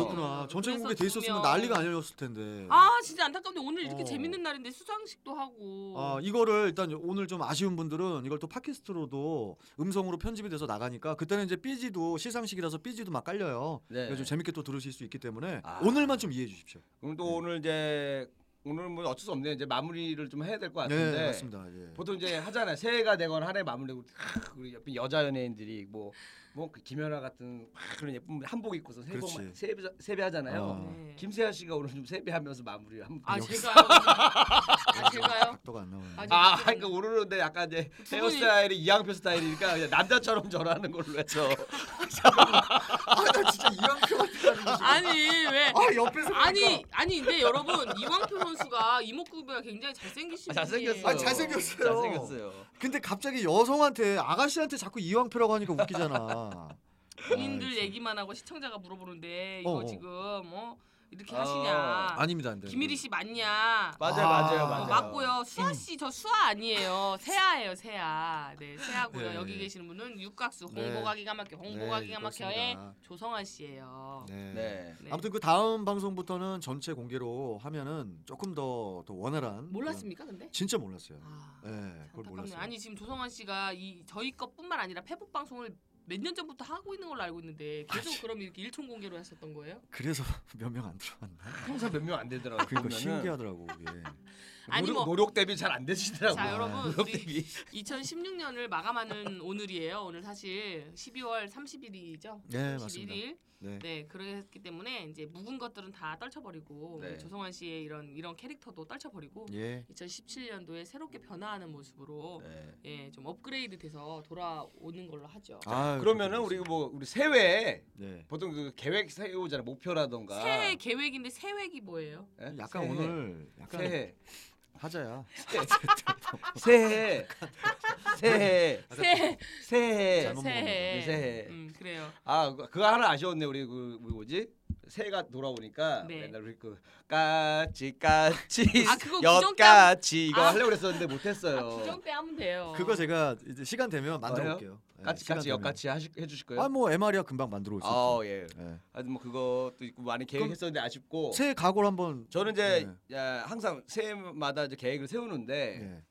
S4: 그렇구나. 전체
S2: 그래서
S4: 공개 돼
S2: 두
S4: 있었으면
S2: 명.
S4: 난리가 아니었을 텐데.
S2: 아 진짜 안타깝네 오늘 이렇게
S4: 어.
S2: 재밌는 날인데 수상식도 하고.
S4: 아, 이거를 일단 오늘 좀 아쉬운 분들은 이걸 또 팟캐스트로도 음성으로 편집이 돼서 나가니까 그때는 이제 삐지도 시상식이라서 삐지도 막 깔려요.
S3: 네.
S4: 그래서 좀 재밌게 또 들으실 수 있기 때문에
S3: 아.
S4: 오늘만 좀 이해해 주십시오. 네,
S3: 그럼 또 오늘 이제 오늘 뭐 어쩔 수 없네요. 이제 마무리를 좀 해야 될 것 같은데.
S4: 네, 맞습니다. 예.
S3: 보통 이제 하잖아요. 새해가 되건 한 해 마무리고 우리 옆에 여자 연예인들이 뭐뭐 그 김연아 같은 막 그런 예쁜 분들 한복 입고서 새해 복
S4: 그렇지.
S3: 많이- 세배 세배하잖아요.
S4: 어.
S2: 네.
S3: 김세아 씨가 오늘 좀 세배하면서 마무리 한.
S2: 아
S3: 아,
S2: 제가요? 아 제가요?
S4: [laughs] 각도가 안 나오네.
S2: 아, 저-
S3: 아, 그러니까 오늘은 근데 약간 이제
S2: 분이-
S3: 헤어스타일이 이양표 스타일이니까 그냥 남자처럼 절하는 걸로 해서
S2: 아,
S4: 나 진짜 이왕표 같다는 거.
S2: 아니 왜?
S4: 아, 옆에서
S2: 아니 아니 근데 여러분 이광표 선수가 이목구비가 굉장히 잘생기신
S3: [laughs] 아, 잘생겼어요.
S4: 아, 잘생겼어요.
S3: 잘생겼어요.
S4: 근데 갑자기 여성한테 아가씨한테 자꾸 이왕표라고 하니까 웃기잖아.
S2: [laughs] 본인들
S4: 아이,
S2: 얘기만 하고 시청자가 물어보는데
S4: 어,
S2: 이거
S4: 어.
S2: 지금 어 이렇게
S3: 아,
S2: 하시냐?
S4: 아닙니다, 안 돼.
S2: 김일희 씨 맞냐?
S4: 아.
S3: 맞아요,
S4: 음.
S3: 맞아요,
S2: 어,
S3: 맞아요.
S2: 맞고요. 수아 씨 저 수아 아니에요. 세아예요, 세아. 네, 세아고요.
S4: 네.
S2: 여기 계시는 분은 육각수
S4: 네.
S2: 홍보가 기가 막혀, 홍보가
S4: 네,
S2: 기가 막혀의
S4: 그렇습니다.
S2: 조성환 씨예요.
S4: 네.
S3: 네.
S2: 네.
S4: 아무튼 그 다음 방송부터는 전체 공개로 하면은 조금 더 더 원활한
S2: 몰랐습니까, 근데?
S4: 그런- 진짜 몰랐어요.
S2: 아.
S4: 예, 그걸
S2: 안타깝네요.
S4: 몰랐어요.
S2: 아니 지금 조성환 씨가 이 저희 것뿐만 아니라 페북 방송을 몇 년 전부터 하고 있는 걸로 알고 있는데 계속 그럼 이렇게 일촌 공개로 하셨던 거예요?
S4: 그래서 [laughs] 몇 명 안 들어왔나?
S3: 항상 몇 명 안 되더라고요.
S4: 그러니까
S3: 보면은.
S4: 신기하더라고. 예.
S2: 아니,
S3: 노력,
S2: 뭐-
S3: 노력 대비 잘 안 되시더라고요.
S2: 자 여러분
S3: 노력
S2: 우리
S3: 대비.
S2: 2016년을 마감하는 오늘이에요. 오늘 사실 12월 30일이죠.
S4: 네, 맞습니다.
S2: 31일.
S4: 네.
S2: 네, 그랬기 때문에 이제 묵은 것들은 다 떨쳐버리고
S3: 네.
S2: 우리 조성환 씨의 이런 이런 캐릭터도 떨쳐버리고
S4: 예.
S2: 2017년도에 새롭게 변화하는 모습으로
S3: 네.
S2: 예, 좀 업그레이드돼서 돌아오는 걸로 하죠.
S4: 아,
S3: 그러면은 우리 뭐 우리 새해
S4: 네.
S3: 보통 그 계획 세우잖아 목표라던가
S2: 새해 계획인데 새획이 뭐예요?
S3: 예?
S4: 약간
S3: 새해.
S4: 오늘 약간
S3: 새해
S4: 하자야.
S2: 아,
S3: 새해 새해
S2: 새해
S3: 새해
S4: 잘못 먹은
S2: 새해
S3: 거죠. 네, 새해.
S2: 음, 그래요.
S3: 아 그- 그거 하나 아쉬웠네 우리 그 우리 뭐지 새해가 돌아오니까
S2: 네.
S3: 맨날 우리 그 까치 까치
S2: 아, 그거
S3: 엿까치 이거
S2: 아.
S3: 하려고 그랬었는데
S2: 아,
S3: 못했어요
S2: 부정 때 하면 돼요.
S4: 그거 제가 이제 시간 되면 만들어
S3: 뭐예요?
S4: 볼게요. 예,
S3: 까치
S4: 시간
S3: 까치
S4: 되면.
S3: 엿까치 하시- 해주실 거예요?
S4: 아, 뭐 MR이야 금방 만들어 올 수 있죠.
S3: 아예
S4: 예.
S3: 하여튼 뭐 그것도 있고 많이 계획했었는데 아쉽고
S4: 새해 네. 각오를 한번
S3: 저는 이제 야, 항상 새해마다 이제 계획을 세우는데
S4: 예.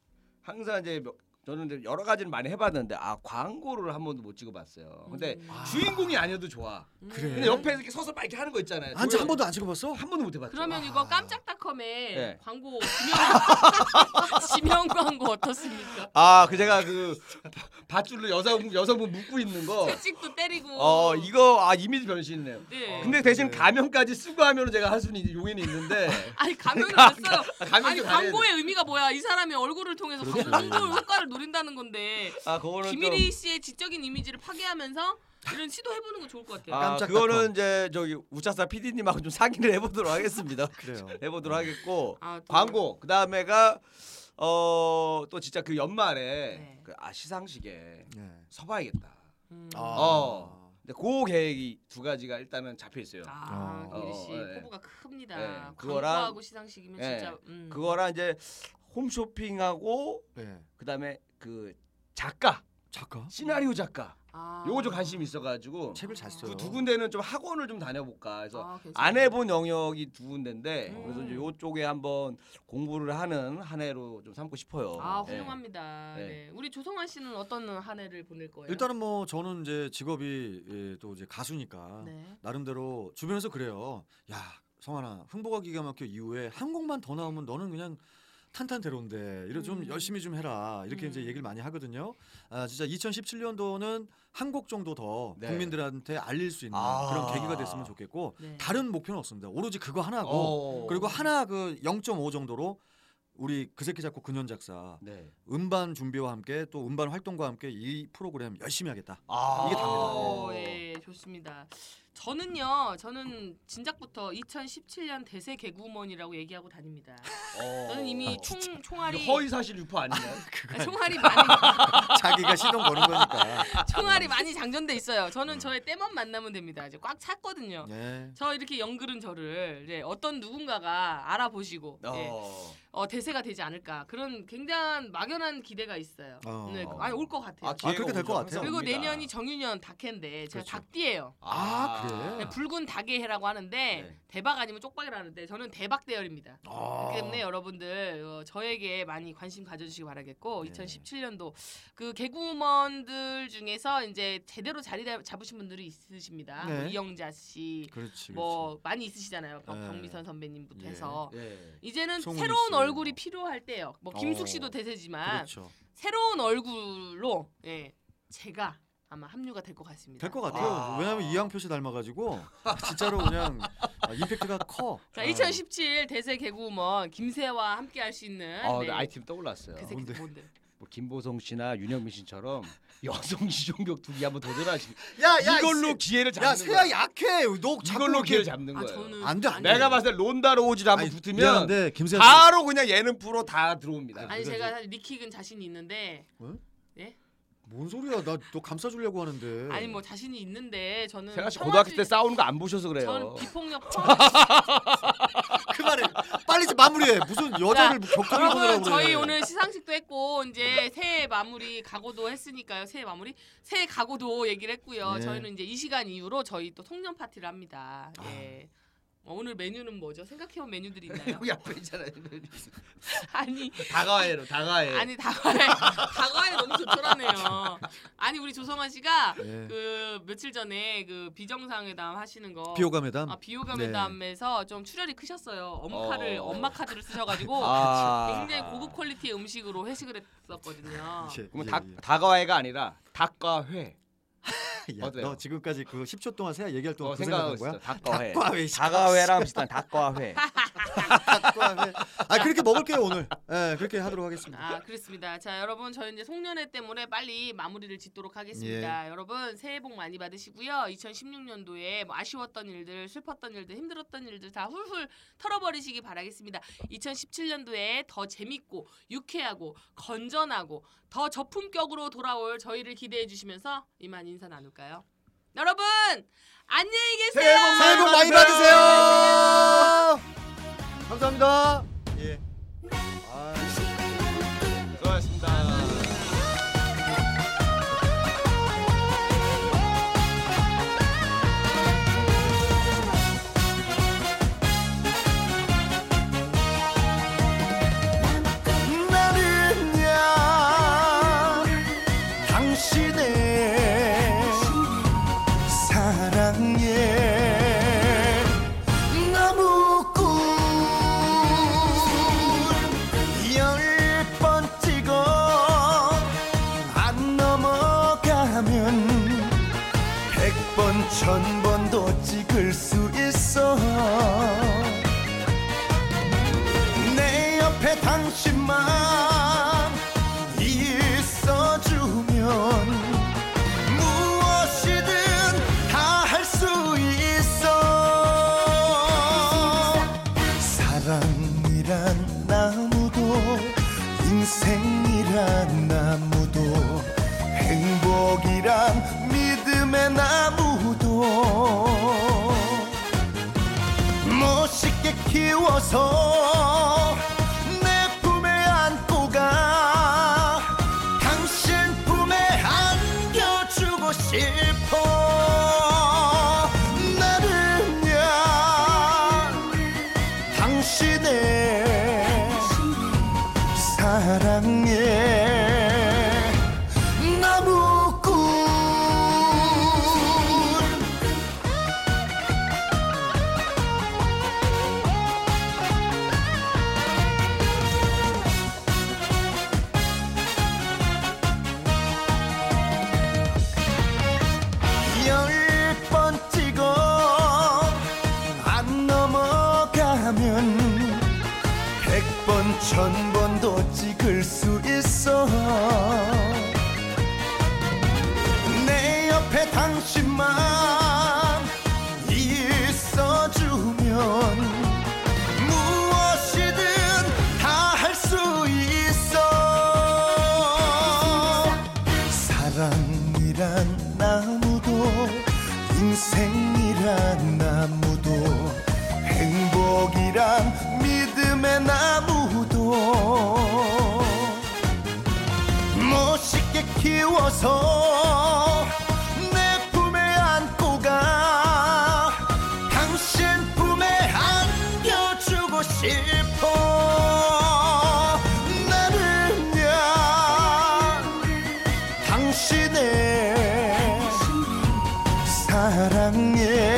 S3: 항상 이제 몇- 저는 이제 여러 가지를 많이 해봤는데 아 광고를 한 번도 못 찍어봤어요.
S2: 음.
S3: 근데
S4: 아,
S3: 주인공이 아니어도 좋아.
S2: 네.
S4: 그래.
S3: 근데 [laughs] 옆에서 이렇게 서서 막 이렇게 하는 거 있잖아요.
S4: 한, 한 번도 안 찍어봤어?
S3: 한 번도 못 해봤죠.
S2: 그러면 이거 깜짝닷컴에
S3: 네.
S2: 광고 [laughs] 지명, 지명 광고 어떻습니까?
S3: 아, 그 제가 그 [laughs] 밧줄로 여성 여성분 묶고 있는
S2: [laughs]
S3: 거.
S2: 채찍도 때리고.
S3: 어, 이거 어. 아 이미지 변신이네요.
S2: 네.
S3: 근데 대신 가면까지 쓰고 하면은 제가 할 수는 용인이 있는데
S2: [laughs] 아니 가면을 안 써요.
S3: 아, 가면도
S2: 아니
S3: 가려야 돼.
S2: 광고의 의미가 뭐야? 이 사람의 얼굴을 통해서
S4: 그렇죠.
S2: 광고 효과를 노린다는 건데
S3: 아 그거는
S2: 김일희 씨의 지적인 이미지를 파괴하면서 이런 시도해보는 거 좋을 것 같아요.
S3: 좀아
S4: 깜짝
S3: 그거는
S4: 깜짝.
S3: 이제 저기 우차사 PD님하고 좀 상의를 해보도록 하겠습니다. [laughs]
S4: 그래요.
S3: 해보도록 하겠고
S2: 아, 또-
S3: 광고 그 다음에가 어 또 진짜 그 연말에
S2: 네.
S3: 그, 아 시상식에
S4: 예.
S3: 서봐야겠다.
S2: 음.
S4: 아.
S3: 어. 근데 그 계획이 두 가지가 일단은 잡혀 있어요.
S2: 아,
S4: 어.
S2: 김일희 씨
S3: 그러니까. 어, 예.
S2: 포부가 큽니다.
S3: 예, 그거랑-
S2: 광고하고 시상식이면
S3: 예,
S2: 진짜. 음.
S3: 그거랑 이제 홈쇼핑하고
S4: 예.
S3: 그다음에 그 작가
S4: 작가?
S3: 시나리오 작가
S2: 아.
S3: 요거 좀 관심이 있어가지고
S4: 책을 잘 써요.
S3: 그 두 군데는 좀 학원을 좀 다녀볼까 해서
S2: 아, 괜찮아요.
S3: 안 해본 영역이 두 군데인데
S2: 음.
S3: 그래서 이제 요쪽에 한번 공부를 하는 한 해로 좀 삼고 싶어요.
S2: 아
S3: 예.
S2: 훌륭합니다.
S3: 네.
S2: 네. 우리 조성환 씨는 어떤 한 해를 보낼 거예요?
S4: 일단은 뭐 저는 이제 직업이 예, 또 이제 가수니까
S2: 네.
S4: 나름대로 주변에서 그래요. 야 성환아 흥보가 기가 막혀 이후에 한 곡만 더 나오면 너는 그냥 탄탄대로인데 이래 좀
S2: 음.
S4: 열심히 좀 해라 이렇게
S2: 음.
S4: 이제 얘기를 많이 하거든요. 아 진짜 2017년도는 한 곡 정도 더
S3: 네.
S4: 국민들한테 알릴 수 있는
S3: 아.
S4: 그런 계기가 됐으면 좋겠고
S2: 네.
S4: 다른 목표는 없습니다. 오로지 그거 하나고
S3: 어.
S4: 그리고 하나 그 0.5 정도로 우리 그 새끼 작곡 근현 작사
S3: 네.
S4: 음반 준비와 함께 또 음반 활동과 함께 이 프로그램 열심히 하겠다.
S3: 아
S4: 이게
S2: 오,
S4: 답니다.
S2: 예, 좋습니다. 저는요, 저는 진작부터 2017년 대세 개구먼이라고 얘기하고 다닙니다.
S3: 어.
S2: 저는 이미 총 총알이
S3: 허위 사실 유포 아니에요?
S2: 아니,
S3: [laughs]
S2: 총알이 많이
S4: 자기가 시동 거는 거니까.
S2: 총알이 많이 장전돼 있어요.
S3: 음.
S2: 저는 저의 때만 만나면 됩니다. 이제 꽉 찼거든요.
S4: 예.
S2: 저 이렇게 연그른 저를 이제 어떤 누군가가 알아보시고
S3: 어.
S2: 예, 어, 대세가 되지 않을까 그런 굉장한 막연한 기대가 있어요.
S4: 어.
S2: 네, 아니 올 것 같아요.
S3: 아, 기회가
S4: 그렇게 될것
S3: 오죠.
S4: 같아요.
S3: 항상
S2: 그리고
S3: 옵니다.
S2: 내년이 정유년 닭해인데 제가
S4: 그렇죠.
S2: 닭띠예요.
S4: 아, 그래?
S2: 네, 붉은 닭의 해라고 하는데
S3: 네.
S2: 대박 아니면 쪽박이라는데 저는 대박 대열입니다.
S4: 아.
S2: 그렇기 때문에 여러분들 어, 저에게 많이 관심 가져주시기 바라겠고
S4: 네.
S2: 2017년도 그 개구먼들 중에서 이제 제대로 자리 잡- 잡으신 분들이 있으십니다.
S4: 네.
S2: 뭐 이영자 씨,
S4: 그렇지.
S2: 뭐 많이 있으시잖아요. 박-
S4: 네.
S2: 박미선 선배님부터
S4: 그렇죠. 예.
S2: 해서
S3: 예.
S2: 이제는
S4: 송은이
S2: 새로운
S4: 씨.
S2: 얼굴이 필요할 때예요. 뭐
S4: 어.
S2: 김숙 씨도
S3: 아.
S2: 대세지만
S4: 그렇죠.
S2: 새로운 얼굴로 예, 제가 아마 합류가 될 것 같습니다.
S4: 될 것 같아요.
S3: 아.
S4: 왜냐면 이양표 씨 닮아가지고 진짜로 그냥 아, 임팩트가 커.
S2: 자,
S4: 어.
S2: 2017 대세 개그우먼 김세와 함께 할 수 있는
S3: 아,
S2: 네.
S3: 네. 아이템 떠올랐어요.
S2: 그 새끼
S4: 뭔데?
S2: 뭔데?
S3: 뭐 김보성 씨나 윤영민 씨처럼 [laughs] 여성 이종격 둘이 한번 도전하시.
S4: 아. 야, 야,
S3: 아, 이걸로
S4: 이
S3: 기회를
S4: 새-
S3: 잡는
S4: 야,
S3: 거야.
S4: 세야 약해. 너 자꾸
S3: 이걸로
S4: 이렇게-
S3: 기회를 잡는
S2: 아
S3: 거예요.
S2: 저는
S4: 안 돼, 안 돼.
S3: 내가 봤을 때 론다 로우즈를 한번
S4: 아니,
S3: 붙으면
S4: 미안한데 김세현 씨.
S3: 바로 그냥 예능 프로 다 들어옵니다.
S2: 아니
S4: 그래서
S2: 제가 사실 니킥은 자신이 있는데
S4: 뭔 소리야? 나 너 감싸주려고 하는데.
S2: 아니 뭐 자신이 있는데 저는
S3: 세가 씨
S2: 평화주의-
S3: 고등학교 때 싸우는 거 안 보셔서
S2: 저는
S3: [laughs] 그래요.
S2: 비폭력 포함
S4: 그만해. 빨리 좀 마무리해. 무슨 여자를 격투를 보느라고
S2: 여러분
S4: 그래.
S2: 저희 오늘 시상식도 했고 이제 새해 마무리 각오도 했으니까요 새해 마무리 새해 각오도 얘기를 했고요
S4: 네.
S2: 저희는 이제 이 시간 이후로 저희 또 송년 파티를 합니다
S4: 아.
S2: 예. 어, 오늘 메뉴는 뭐죠? 생각해본
S4: [laughs]
S2: 메뉴들이 있나요?
S4: 네.
S3: 여기 앞에 있잖아요. [laughs]
S2: 아니
S3: 다가해로 다가해.
S2: 아니 다과에 다과에 너무 좋더라네요. 아니 우리 조성환 씨가
S4: 예.
S2: 그 며칠 전에 그 비정상회담 하시는 거
S4: 비호감 회담.
S2: 아, 비호감회담에서 좀 출혈이 크셨어요. 엄카를
S3: 어.
S2: 엄마 카드를 쓰셔가지고
S3: 아.
S2: 굉장히 고급 퀄리티의 음식으로 회식을 했었거든요.
S4: 이제-
S3: 그러면
S4: 예,
S3: 닭
S4: 예.
S3: 다가해가 아니라 닭과회. [laughs]
S4: 야, 예.
S3: 어때요?
S4: 너 지금까지 그 10초 동안 새야 얘기할 동안
S3: 어,
S4: 그 생각한
S3: 생각하고
S4: 거야?
S3: 있어. 예. 닭과회.
S4: 닭과회, 씨.
S3: 다가회랑 비슷한 닭과회.
S4: 닭과회. 아 그렇게 먹을게요 오늘. 예, 그렇게 하도록 하겠습니다.
S2: 아 그렇습니다. 자 여러분 저희 이제 송년회 때문에 빨리 마무리를 짓도록 하겠습니다.
S4: 예.
S2: 여러분 새해 복 많이 받으시고요. 2016년도에 뭐 아쉬웠던 일들, 슬펐던 일들, 힘들었던 일들 다 훌훌 털어버리시기 바라겠습니다. 2017년도에 더 재밌고 유쾌하고 건전하고 더 저품격으로 돌아올 저희를 기대해 주시면서 이만 인사 나눌까요? 여러분 안녕히 계세요.
S4: 새해 복 많이 받으세요. 감사합니다. 예. 아,
S3: 수고하셨습니다.
S4: 나는야
S1: 사랑에 나무꾼 열 번 찍어 안 넘어가면 백 번 천 번도 찍을 수 있어 내 옆에 당신만 있어주면 무엇이든 다 할 수 있어 사랑이란 나무도 인생이란 나무도 행복이란 믿음의 나무도 멋있게 키워서 내 품에 안고 가 당신 품에 안겨주고 싶어 나를 위한 당신의 사랑의 나무꾼 열 번 찍어 안 넘어가면 백 번 천 번도 찍을 수 있어 내 옆에 당신만 있어주면 무엇이든 다 할 수 있어 사랑이란 나무도 인생이란 나무도 행복이란 믿음의 나무도 멋있게 키워서 내 품에 안고 가 당신 품에 안겨주고 싶어 나를 위한 당신의 사랑에